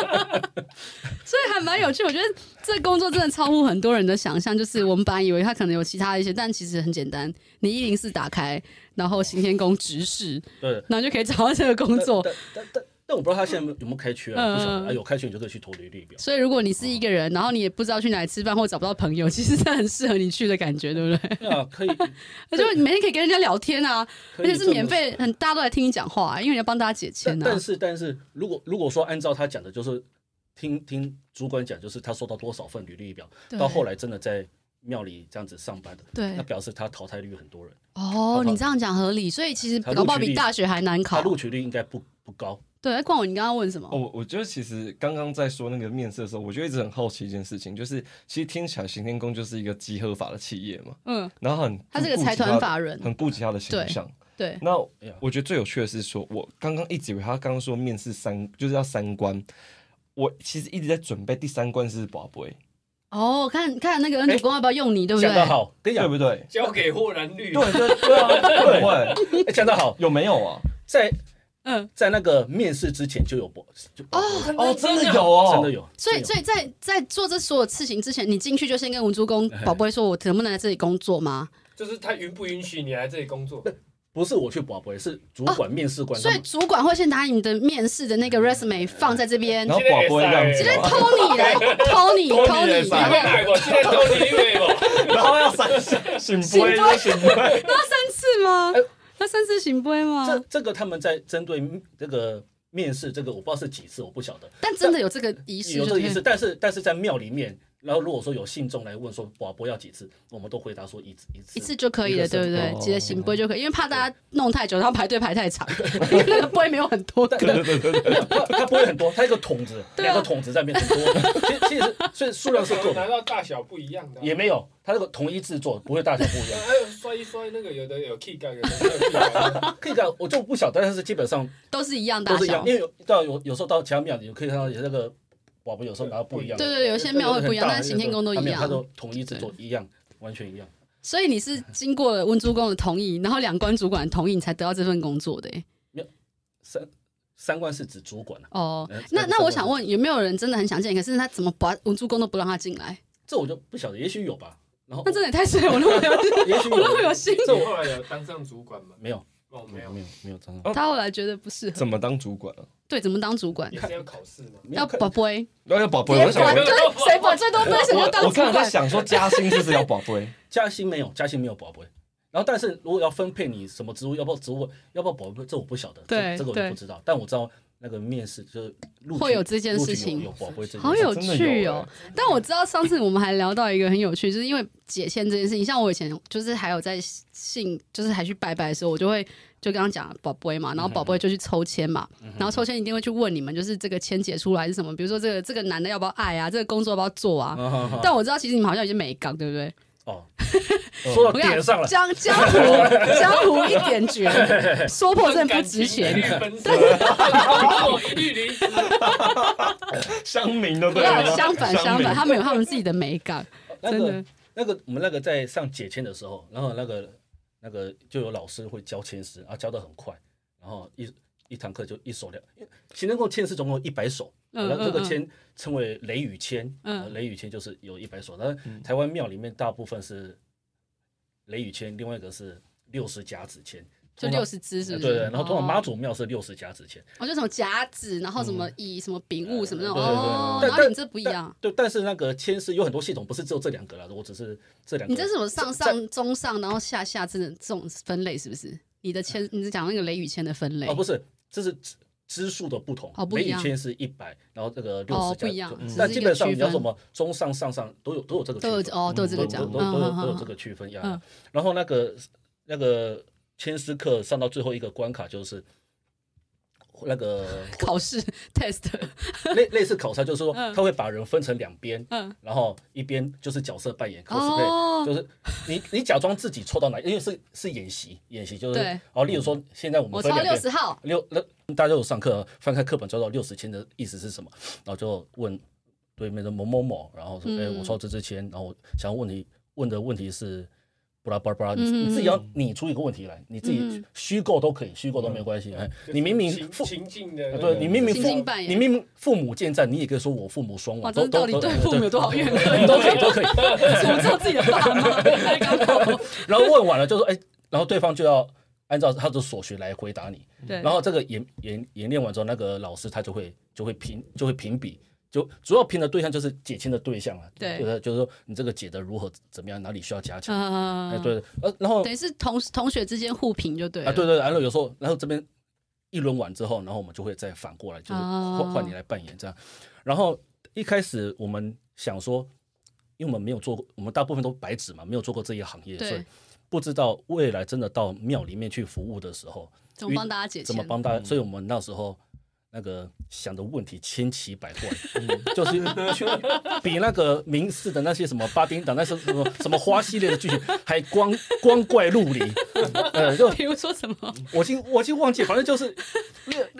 Speaker 1: 所以还蛮有趣。我觉得这工作真的超乎很多人的想象，就是我们本来以为它可能有其他的一些，但其实很简单，你一零四打开，然后行天宫直视，
Speaker 2: 对。
Speaker 1: 然后就可以找到这个工
Speaker 2: *laughs*
Speaker 1: 作。
Speaker 2: 但但但但我不知道他现在有没有开缺啊，
Speaker 1: 嗯
Speaker 2: 不晓得
Speaker 1: 嗯
Speaker 2: 啊，有开缺你就可以去投履历
Speaker 1: *laughs*
Speaker 2: 表。
Speaker 1: 所以如果你是一个人，然后你也不知道去哪里吃饭或找不到朋友，其实这很适合你去的感觉，对不对？
Speaker 2: 对啊，可以，
Speaker 1: 而且你每天可以跟人家聊天啊，
Speaker 2: 可
Speaker 1: 而
Speaker 2: 以
Speaker 1: 且是免
Speaker 2: 这么说。
Speaker 1: 费，很大家都来听你讲话、因为你要帮大家解
Speaker 2: 但
Speaker 1: 签啊
Speaker 2: 但。是但是，如果如果说按照他讲的，就是听听主管讲，就是他收到多少份履历表，
Speaker 1: 对
Speaker 2: 到后来真的在庙里这样子上班的，
Speaker 1: 对
Speaker 2: 那表示他淘汰率很多人，
Speaker 1: 哦，你这样讲合理，所以其实
Speaker 2: 他录
Speaker 1: 搞不好
Speaker 2: 取
Speaker 1: 比
Speaker 2: 率
Speaker 1: 大学还难
Speaker 2: 他
Speaker 1: 考。
Speaker 2: 录取率应该不不高。
Speaker 1: 对，哎，邝伟，你刚刚问什么？
Speaker 4: *laughs* 哦，我我觉得其实刚刚在说那个面试的时候，我就一直很好奇一件事情，就是其实听起来行天宫就是一个集合法的企业嘛，
Speaker 1: 嗯，
Speaker 4: 然后很
Speaker 1: 他是个
Speaker 4: 很顾
Speaker 1: 财
Speaker 4: 及
Speaker 1: 团
Speaker 4: 它
Speaker 1: 法人
Speaker 4: 很顾及他的
Speaker 1: 对
Speaker 4: 形象。
Speaker 1: 对，
Speaker 4: 那
Speaker 2: 哎呀
Speaker 4: 我觉得最有趣的是说，我刚刚一直以为他刚刚说面试三就是要三关，我其实一直在准备第三关是宝贝，
Speaker 1: 哦，看看那个恩主公要不要用你，对不对
Speaker 2: 讲？得好，跟你
Speaker 4: 对
Speaker 2: 讲，*laughs*
Speaker 4: 不对？
Speaker 3: 交给霍然绿。
Speaker 4: 对对对啊，会不会
Speaker 2: 哎讲得好，
Speaker 4: 有没有啊？
Speaker 2: 在
Speaker 1: 嗯，
Speaker 2: 在那个面试之前就有播，就哦，
Speaker 4: 哦，真的有哦，
Speaker 2: 真的有，
Speaker 1: 所以所
Speaker 2: 真的
Speaker 1: 以在在做这所有事情之前，你进去就先跟文珠公
Speaker 2: *laughs*
Speaker 1: 宝贝说，我能不能来这里工作吗？
Speaker 3: 就是他允不允许你来这里工作？
Speaker 2: 有不是我去广播，是主 *laughs* 管面试官他
Speaker 1: 啊所以
Speaker 2: 们，
Speaker 1: 主管会先拿你的面试的那个 resume 放在这
Speaker 2: *laughs*
Speaker 1: 边
Speaker 4: 然，后宝贝这样
Speaker 3: 今
Speaker 4: 子
Speaker 3: 天
Speaker 1: 偷
Speaker 4: 嘛，
Speaker 1: 你来，偷你，
Speaker 4: 偷你
Speaker 1: 偷
Speaker 4: 的
Speaker 1: 你，
Speaker 4: 塞
Speaker 1: 然
Speaker 3: 你
Speaker 1: 后
Speaker 3: 会来过，现在都你
Speaker 2: *laughs*
Speaker 3: 会过。
Speaker 4: 然后要三下，醒
Speaker 1: 醒
Speaker 4: 杯就醒杯，
Speaker 1: 三次吗
Speaker 2: 哎？
Speaker 1: 那三次行不会
Speaker 2: 这
Speaker 1: 吗？
Speaker 2: 这个他们在针对这个面试这个，我不知道是几次，我不晓得
Speaker 1: 但真的有这个仪式，
Speaker 2: 有这个
Speaker 1: 对
Speaker 2: 意
Speaker 1: 不
Speaker 2: 思，
Speaker 1: 对
Speaker 2: 但是但是在庙里面。然后如果说有信众来问说广播要几次，我们都回答说一次一次
Speaker 1: 一次就可以了，
Speaker 2: 一个
Speaker 1: 对
Speaker 2: 是
Speaker 1: 不对
Speaker 4: 哦？
Speaker 1: 直接行不就可以，因为怕大家弄太久，然后排队排太
Speaker 2: *laughs*
Speaker 1: 长，因为那个杯没有很多
Speaker 2: 对
Speaker 1: 个。
Speaker 4: 对对对，
Speaker 2: 它它不会很多，它一个桶子，
Speaker 1: *laughs* 对啊
Speaker 2: 两个桶子在面很多，其实其实所以数量是够
Speaker 3: 拿
Speaker 2: 的，
Speaker 3: 到大小不一样的啊，
Speaker 2: 也没有它那个统一制作，不会大小不一样。
Speaker 1: *laughs*
Speaker 3: 还有摔一摔那个，有的有 key 感，有的没有啊 key 感。
Speaker 2: 可以讲，我就不晓得，但是基本上
Speaker 1: 都是一样
Speaker 2: 都
Speaker 1: 大
Speaker 2: 是一样
Speaker 1: 小，，
Speaker 2: 因为有到有有时候到其他庙，你可以看到有那个宝宝有时候拿到不一样，
Speaker 1: 对对对，有些庙会不一样，但是行天宫都一
Speaker 2: 他
Speaker 1: 样。
Speaker 2: 都统一制作一样，完全一样。
Speaker 1: 所以你是经过了温珠公的同意，然后两关主管的同意，你才得到这份工作的、欸
Speaker 2: 三三观是指主管啊，
Speaker 1: 哦
Speaker 2: 呃，
Speaker 1: 那
Speaker 2: 三
Speaker 1: 那
Speaker 2: 三
Speaker 1: 我
Speaker 2: 观
Speaker 1: 想问，有没有人真的很想进？可是他怎么把文珠公都不让他进来？
Speaker 2: 这我就不晓得，也许有吧。然后哦
Speaker 1: 那真的也太衰了，我都没有。
Speaker 2: 也许
Speaker 1: 我都没有信
Speaker 2: 这
Speaker 3: 你
Speaker 2: 我
Speaker 3: 后来有当上主管吗？
Speaker 2: 没有
Speaker 3: 哦，
Speaker 2: 没有
Speaker 3: 没
Speaker 2: *laughs*
Speaker 3: 有
Speaker 2: 没，有没有真的。
Speaker 1: *laughs* 他后来觉得不适合，
Speaker 4: *laughs* 怎么当主管啊？
Speaker 1: 对，怎么当主管
Speaker 3: 也？是要考试吗？
Speaker 2: 没有
Speaker 1: 要
Speaker 2: 看
Speaker 1: 宝贝，
Speaker 4: 然后宝贝，我
Speaker 1: 连
Speaker 4: 就想
Speaker 1: 管
Speaker 4: 说
Speaker 1: 对谁管最多杯， *laughs* 谁就
Speaker 4: 我
Speaker 1: 当
Speaker 4: 我
Speaker 1: 主
Speaker 4: 刚才
Speaker 1: 管
Speaker 4: 在。想说加薪是不是要宝贝？
Speaker 2: 加薪没有，加薪没有宝贝。然后，但是如果要分配你什么职务，要不要职务，要不要宝贝，这我不晓得，
Speaker 1: 对
Speaker 2: 这这个我
Speaker 1: 对
Speaker 2: 就不知道。但我知道那个面试就是录取
Speaker 1: 会有这件
Speaker 2: 录取
Speaker 1: 事情
Speaker 2: 有有宝欸贝这件事情，
Speaker 1: 好有趣哦、
Speaker 4: 真
Speaker 1: 但我知道上次我们还聊到一个很有趣，就是因为解签这件事情，像我以前就是还有在信，就是还去拜拜的时候，我就会就刚刚讲宝贝嘛，然后宝贝就去抽签嘛，
Speaker 2: 嗯
Speaker 1: 然后抽签一定会去问你们，就是这个签解出来是什么，比如说这个这个男的要不要爱啊，这个工作要不要做啊。
Speaker 2: 啊哈哈
Speaker 1: 但我知道其实你们好像有些美港，对不对？
Speaker 2: 哦，说
Speaker 1: *laughs*
Speaker 2: 到
Speaker 1: 我跟你
Speaker 2: 点上
Speaker 1: 讲，
Speaker 2: 了，
Speaker 1: 江江湖江湖一点
Speaker 2: *laughs*
Speaker 1: 绝，说破真的不值钱
Speaker 3: 一。律分啊
Speaker 2: *laughs*
Speaker 3: 手，工作一律离职。
Speaker 4: *laughs* 乡民都
Speaker 1: 不
Speaker 4: 对啊
Speaker 1: 要
Speaker 4: 了，
Speaker 1: 啊相反相
Speaker 4: 乡
Speaker 1: 反，
Speaker 4: 民
Speaker 1: 他们有他们自己的美感，
Speaker 2: 那
Speaker 1: 真的
Speaker 2: 个那个我们那个在上解签的时候，然后那个那个就有老师会教签诗啊，教的很快，然后一一堂课就一首两，因为行天宫签诗总共有一百首，
Speaker 1: 嗯
Speaker 2: 然后这
Speaker 1: 嗯
Speaker 2: 个
Speaker 1: 嗯
Speaker 2: 签称为雷雨签，
Speaker 1: 嗯
Speaker 2: 呃雷雨签就是有一百首，但是台湾庙里面大部分是雷雨签，另外一个是六十甲子签，
Speaker 1: 就
Speaker 2: 通常
Speaker 1: 六十只是
Speaker 2: 对
Speaker 1: 不是？
Speaker 2: 对，然后通常
Speaker 1: 哦
Speaker 2: 妈祖庙是六十甲子签，
Speaker 1: 哦，就什么夹子，然后什么以什么丙戊什么那种，
Speaker 2: 对对对
Speaker 1: 哦，
Speaker 2: 但
Speaker 1: 然后你们这不一样，
Speaker 2: 对，但是那个签诗有很多系统，不是只有这两个啦，我只是这两个。
Speaker 1: 你这是什么上
Speaker 2: 在
Speaker 1: 上中上，然后下下这种这种分类是不是？你的签，你是讲那个雷雨签的分类
Speaker 2: 哦，不是，这是支支数的不同。
Speaker 1: 哦不
Speaker 2: 每
Speaker 1: 一
Speaker 2: 一
Speaker 1: 样
Speaker 2: 千是一百，然后这个六
Speaker 1: 哦
Speaker 2: 十
Speaker 1: 不一样只
Speaker 2: 那
Speaker 1: 是
Speaker 2: 基
Speaker 1: 一个
Speaker 2: 本上
Speaker 1: 区
Speaker 2: 你要
Speaker 1: 分
Speaker 2: 什么中上上上都有都有这个
Speaker 1: 都有
Speaker 2: 区分
Speaker 1: 哦，都有这个
Speaker 2: 都
Speaker 1: 讲，
Speaker 2: 都
Speaker 1: 嗯
Speaker 2: 都有都有
Speaker 1: 嗯嗯
Speaker 2: 这个区分呀。
Speaker 1: 嗯
Speaker 2: 然后那个那个千师课上到最后一个关卡就是。那个
Speaker 1: 考
Speaker 2: *laughs*
Speaker 1: 试 test，
Speaker 2: 类类似考察，就是说
Speaker 1: 嗯
Speaker 2: 他会把人分成两边，
Speaker 1: 嗯，
Speaker 2: 然后一边就是角色扮演 cosplay，、
Speaker 1: 哦，
Speaker 2: 就是你你假装自己抽到哪，因为是是演习，演习就是
Speaker 1: 对
Speaker 2: 哦，例如说现在我们
Speaker 1: 我
Speaker 2: 分
Speaker 1: 超
Speaker 2: 两
Speaker 1: 六
Speaker 2: 边，
Speaker 1: 十号，
Speaker 2: 六那大家有上课翻开课本抽到六十签的意思是什么？然后就问对面的某某某，然后说：“哎、
Speaker 1: 嗯
Speaker 2: 我抽这支签，然后我想要问你问的问题是布拉布拉布拉，你
Speaker 1: 嗯
Speaker 2: 你自己要拟出一个问题来，你自己
Speaker 1: 嗯
Speaker 2: 虚构都可以，虚构都没关系。哎、你明明
Speaker 3: 情
Speaker 2: 父啊
Speaker 3: 情境的那个，
Speaker 2: 对你明明
Speaker 1: 情
Speaker 2: 父 *laughs*
Speaker 1: 境扮演
Speaker 2: 你明明父母健在，你也可以说我父母双
Speaker 1: 哇，
Speaker 2: 亡，
Speaker 1: 这
Speaker 2: 都
Speaker 1: 是到
Speaker 2: 都
Speaker 1: 底
Speaker 2: 都
Speaker 1: 对父母有多少
Speaker 2: *laughs*
Speaker 1: 怨恨？
Speaker 2: 都可以都可以。
Speaker 1: 诅咒自己的爸
Speaker 2: *laughs*
Speaker 1: 妈，太刚好了
Speaker 2: 然后问完了就说：“哎、然后对方就要按照他的所学来回答你。”
Speaker 1: 对，
Speaker 2: 然后这个演演演练完之后，那个老师他就会就会评就会评比，就主要评的对象就是解签的对象啊，
Speaker 1: 对
Speaker 2: 就是就是说你这个解的如何怎么样，哪里需要加强，哎、
Speaker 1: 嗯，
Speaker 2: 对，呃，然后
Speaker 1: 等于是同同学之间互评就对
Speaker 2: 啊，
Speaker 1: 了，
Speaker 2: 对对，然后有时候，然后这边一轮完之后，然后我们就会再反过来，就是
Speaker 1: 哦
Speaker 2: 换换你来扮演这样。然后一开始我们想说，因为我们没有做过，我们大部分都白纸嘛，没有做过这一行业，
Speaker 1: 对
Speaker 2: 所以不知道未来真的到庙里面去服务的时候，
Speaker 1: 怎么帮大家解
Speaker 2: 怎
Speaker 1: 签
Speaker 2: 么？帮大家，所以我们那时候那个想的问题千奇百怪， *laughs* 就是去比那个明世的那些什么巴丁党那些什么什么花系列的剧情还光光怪陆离。呃，就
Speaker 1: *laughs* 比如说什么，
Speaker 2: 我已经我已经忘记，反正就是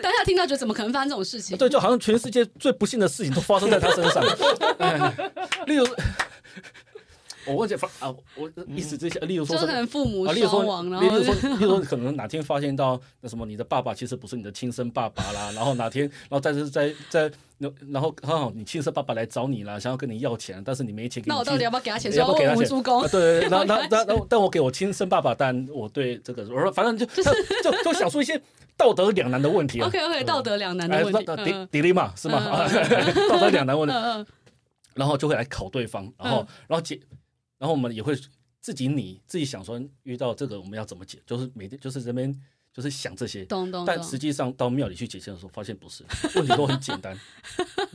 Speaker 1: 大家听到觉得怎么可能发生这种事情？
Speaker 2: 啊对，就好像全世界最不幸的事情都发生在他身上。 *laughs* 哎例如， *laughs* 我忘记发啊，我一时之下，例如
Speaker 1: 就
Speaker 2: 说
Speaker 1: 是
Speaker 2: 什
Speaker 1: 可
Speaker 2: 么。
Speaker 1: 能父母
Speaker 2: 啊，例如
Speaker 1: 双亡，
Speaker 2: 说，
Speaker 1: 然
Speaker 2: 例
Speaker 1: 后
Speaker 2: 如说，例如说，可能哪天发现到那什么，你的爸爸其实不是你的亲生爸爸啦，然后哪天，然后但是在在，然后刚好你亲生爸爸来找你啦，想要跟你要钱，但是你没钱给你亲。
Speaker 1: 那我到底要不要给他钱？
Speaker 2: 要不
Speaker 1: 说
Speaker 2: 给
Speaker 1: 要
Speaker 2: 他
Speaker 1: 问我
Speaker 2: 钱
Speaker 1: 助攻
Speaker 2: 啊， *laughs* 对对对，然后
Speaker 1: 要
Speaker 2: 然
Speaker 1: 给
Speaker 2: 后
Speaker 1: 他
Speaker 2: 然后但我给我亲生爸爸，但我对这个，我说反正就就就就想出一些道德两难的问题
Speaker 1: *laughs*
Speaker 2: 啊。
Speaker 1: OK OK，道德两难的
Speaker 2: 哎，
Speaker 1: 问题。
Speaker 2: 那那
Speaker 1: 嗯
Speaker 2: 迪迪丽嘛是吗？
Speaker 1: 嗯
Speaker 2: 啊 *laughs* 道德两难问题，
Speaker 1: 嗯
Speaker 2: 然后就会来考对方，然后
Speaker 1: 嗯
Speaker 2: 然后解，然后我们也会自己拟自己想说哎遇到这个我们要怎么解，就是每天就是这边就是想这些
Speaker 1: 嗯，，懂懂
Speaker 2: 但实
Speaker 1: 懂。
Speaker 2: 际上到庙里去解签的时候，发现不是，问题都很简单，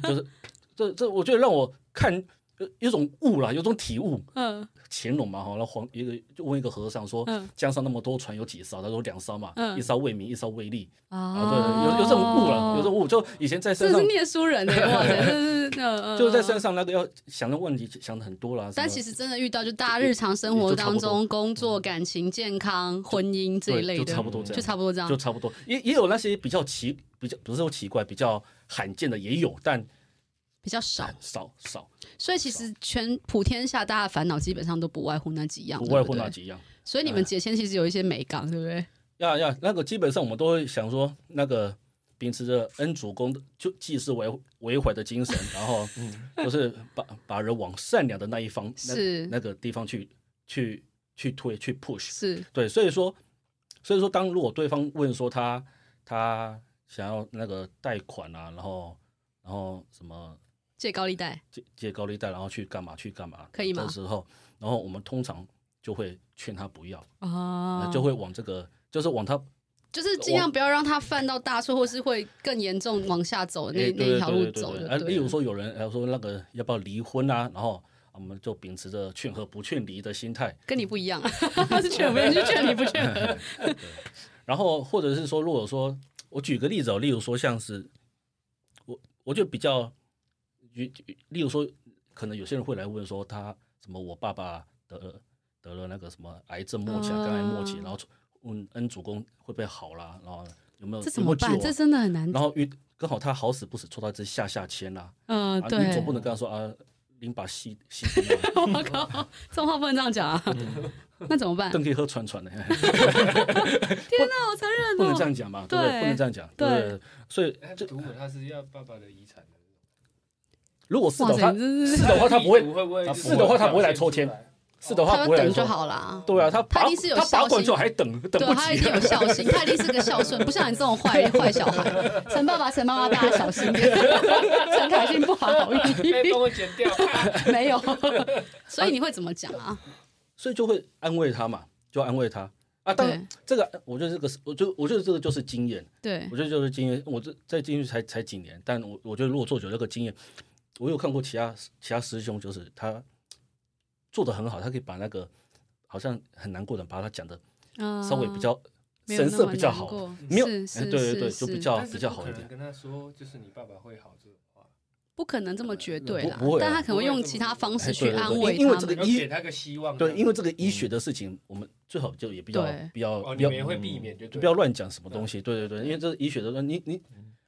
Speaker 2: 就是这这我觉得让我看有有种悟啦，有种体悟。
Speaker 1: 嗯
Speaker 2: 乾隆嘛哈，然后皇一个就问一个和尚说
Speaker 1: 嗯，
Speaker 2: 江上那么多船有几艘？他说两艘嘛，
Speaker 1: 嗯
Speaker 2: 一艘为民，一艘为利。啊，对，
Speaker 1: 啊
Speaker 2: 对有有这种悟了，有这种悟，就以前在
Speaker 1: 这
Speaker 2: 山上
Speaker 1: 是念书人的欸
Speaker 2: *laughs*
Speaker 1: 哇塞，这是嗯，
Speaker 2: 就是在山
Speaker 1: 上。
Speaker 2: 上那个要想的问题想的很多啦。
Speaker 1: 但
Speaker 2: 什
Speaker 1: 其
Speaker 2: 么
Speaker 1: 实真的遇到，就大家日常生活当中，工作、感情、健康、婚姻这一类
Speaker 2: 对就
Speaker 1: 的
Speaker 2: 差，不多这
Speaker 1: 就
Speaker 2: 样，
Speaker 1: 差不多这样
Speaker 2: 就。差不多。也也有那些比较奇，比较不是说奇怪，比较罕见的也有，但
Speaker 1: 比较少，
Speaker 2: 少少，
Speaker 1: 所以其实全普天下大家的烦恼基本上都不外乎那几样，
Speaker 2: 不外乎
Speaker 1: 对
Speaker 2: 那
Speaker 1: 对。
Speaker 2: 几样。哎
Speaker 1: 所以你们解签其实有一些美感，对不对？
Speaker 2: 呀呀，那个基本上我们都会想说，那个秉持着恩主公的就济世为为怀的精神，然
Speaker 1: *laughs*
Speaker 2: 后就是把把人往善良的那一方那
Speaker 1: 嗯是
Speaker 2: 那个地方去去去推去 push。
Speaker 1: 是
Speaker 2: 对，所以说，所以说，当如果对方问说他他想要那个贷款啊，然后然后什么
Speaker 1: 借高利贷，
Speaker 2: 借借高利贷，然后去干嘛去干嘛，
Speaker 1: 可以吗
Speaker 2: 的时候，然后我们通常就会劝他不要，
Speaker 1: 哦
Speaker 2: 呃，就会往这个就是往他
Speaker 1: 就是尽量不要让他犯到大错，或是会更严重往下走那
Speaker 2: 诶
Speaker 1: 那
Speaker 2: 哎对
Speaker 1: 一
Speaker 2: 对
Speaker 1: 条
Speaker 2: 对
Speaker 1: 路
Speaker 2: 对对
Speaker 1: 走就
Speaker 2: 对，
Speaker 1: 对
Speaker 2: 啊，
Speaker 1: 了。
Speaker 2: 例如说有人还说那个要不要离婚啊，然后我们就秉持着劝和不劝离的心态，
Speaker 1: 跟你不
Speaker 2: *laughs*
Speaker 1: 一样， *laughs* 他是劝我，是劝你不劝我。
Speaker 2: *laughs* 然后或者是说，如果说我举个例子哦，例如说像是我，我就比较，举举例如说，可能有些人会来问说他什么，我爸爸得了得了那个什么癌症末期、啊，肝癌末期，
Speaker 1: 啊
Speaker 2: 然后问恩主公会不会好啦，然后有没
Speaker 1: *laughs*
Speaker 2: 有
Speaker 1: 这怎
Speaker 2: 有
Speaker 1: 么
Speaker 2: 没有救
Speaker 1: 办？
Speaker 2: 我啊
Speaker 1: 这真的很难。
Speaker 2: 然后遇刚好他好死不死抽到这下下签啦、
Speaker 1: 嗯，
Speaker 2: 啊，你
Speaker 1: 对
Speaker 2: 总，不能跟他说啊，零把吸吸啊进 *laughs* 来
Speaker 1: *laughs* 我靠，这种话不能这样讲啊。
Speaker 2: 嗯
Speaker 1: 那怎么办？
Speaker 2: 邓可以喝喘喘的。 *laughs*
Speaker 1: 天哪，好残忍
Speaker 2: 不能
Speaker 1: 哦！
Speaker 2: 这样讲嘛，对不对？
Speaker 1: 对
Speaker 2: 不能这样讲，
Speaker 1: 对
Speaker 2: 对不对？所以
Speaker 3: 哎
Speaker 2: 这
Speaker 3: 毒吻他是要爸爸的遗产的，
Speaker 2: 如果是
Speaker 1: 哇
Speaker 2: 的
Speaker 1: 塞，
Speaker 2: 话
Speaker 1: 你，真是
Speaker 2: 是的话他不会
Speaker 3: 会不会
Speaker 2: 他不会的话他不会来抽签是的
Speaker 1: 他
Speaker 2: 话
Speaker 1: 要
Speaker 2: 不会来
Speaker 1: 等就。
Speaker 2: 说
Speaker 1: 好啦。
Speaker 2: 对啊，他
Speaker 1: 他
Speaker 2: 拔
Speaker 1: 一定是有
Speaker 2: 他
Speaker 1: 孝心
Speaker 2: 拔管之后还等等
Speaker 1: 对，
Speaker 2: 不
Speaker 1: 他一
Speaker 2: 及啊
Speaker 1: 定，有孝心，他一定是个孝顺，不像你这种坏坏小孩。陈爸爸、陈妈妈，大家小
Speaker 2: *laughs*
Speaker 1: 心点。陈凯欣不怀好
Speaker 3: 哎，
Speaker 1: 意，
Speaker 3: 帮我剪掉。
Speaker 1: 没有。所以你会怎么讲啊？
Speaker 2: *laughs* 所以就会安慰他嘛，就安慰他啊。当然
Speaker 1: 对
Speaker 2: 这个，我觉得这个是，我就我觉得这个就是经验，
Speaker 1: 对
Speaker 2: 我觉得就是经验。我这再进去才才几年，但我我觉得如果做久了这个经验，我有看过其他其他师兄，就是他做的很好，他可以把那个好像很难过的人，把他讲的
Speaker 1: 嗯
Speaker 2: 稍微比较
Speaker 1: 没有
Speaker 2: 神
Speaker 1: 那
Speaker 2: 色
Speaker 1: 么
Speaker 2: 比较
Speaker 1: 难
Speaker 2: 好，
Speaker 1: 过
Speaker 2: 没有
Speaker 1: 是
Speaker 2: 哎
Speaker 1: 是
Speaker 2: 对对对，
Speaker 1: 是
Speaker 2: 就比
Speaker 1: 是
Speaker 2: 较
Speaker 3: 但
Speaker 2: 比
Speaker 3: 是
Speaker 2: 较 *laughs*
Speaker 3: 不
Speaker 2: 好
Speaker 3: 可
Speaker 2: 一
Speaker 3: 能
Speaker 2: 点。
Speaker 3: 跟他说，就是你爸爸会好这种话，
Speaker 1: 不可能这么绝对啦
Speaker 2: 不不，会啊
Speaker 1: 但他可能会用其他方式去
Speaker 2: 哎对对对
Speaker 1: 安慰
Speaker 2: 因为
Speaker 1: 他
Speaker 2: 这
Speaker 1: 们
Speaker 2: 个
Speaker 3: 要
Speaker 2: 医
Speaker 3: 给他个希望。
Speaker 2: 对，因为这个医学的事情，我们最好就也比较
Speaker 1: 对
Speaker 2: 比较
Speaker 3: 嗯哦，
Speaker 2: 比
Speaker 3: 你
Speaker 2: 较
Speaker 3: 们也会避免，就
Speaker 2: 就
Speaker 3: 对嗯
Speaker 2: 不要乱讲什么东西。对对对，因为这是医学的，你你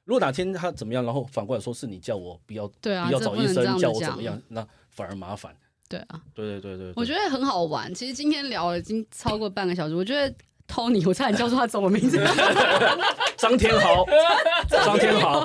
Speaker 2: 如果哪天他怎么样，然后反过来说是你叫我不要
Speaker 1: 对啊，
Speaker 2: 不要
Speaker 1: 这
Speaker 2: 找
Speaker 1: 不
Speaker 2: 医
Speaker 1: 能这
Speaker 2: 生，
Speaker 1: 样
Speaker 2: 叫
Speaker 1: 子
Speaker 2: 我怎
Speaker 1: 讲
Speaker 2: 么样，，那反而麻烦。
Speaker 1: 对啊，
Speaker 2: 对对对对，
Speaker 1: 我觉
Speaker 2: 得
Speaker 1: 得很好玩。其实今天聊了已经超过半个小时，我觉得 Tony，我差点叫出他中文名字， *laughs*
Speaker 2: 张天豪，张天豪，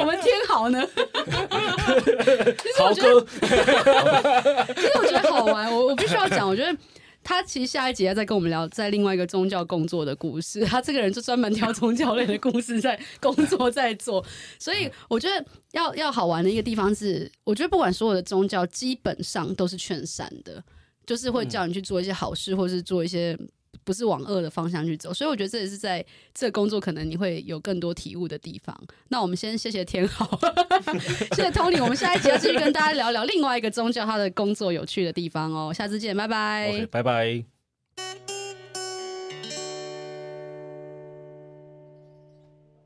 Speaker 1: 我们天豪呢？ *laughs* 其实我
Speaker 2: 豪
Speaker 1: 觉得，
Speaker 2: 哥，
Speaker 1: 其实我觉得好玩。我我必须要讲，我觉得。他其实下一集要再跟我们聊在另外一个宗教工作的故事。 *laughs* 他这个人就专门挑宗教类的故事在工作在做， *laughs* 所以我觉得要要好玩的一个地方是，我觉得不管所有的宗教，基本上都是劝善的，就是会叫你去做一些好事，或是做一些不是往恶的方向去走。所以我觉得这也是在这工作可能你会有更多体悟的地方。那我们先谢谢天豪， *laughs* 谢谢 Tony，我们下一集要继续跟大家聊聊另外一个宗教他的工作有趣的地方哦。下次见，拜拜。
Speaker 2: OK，拜拜。
Speaker 5: Thank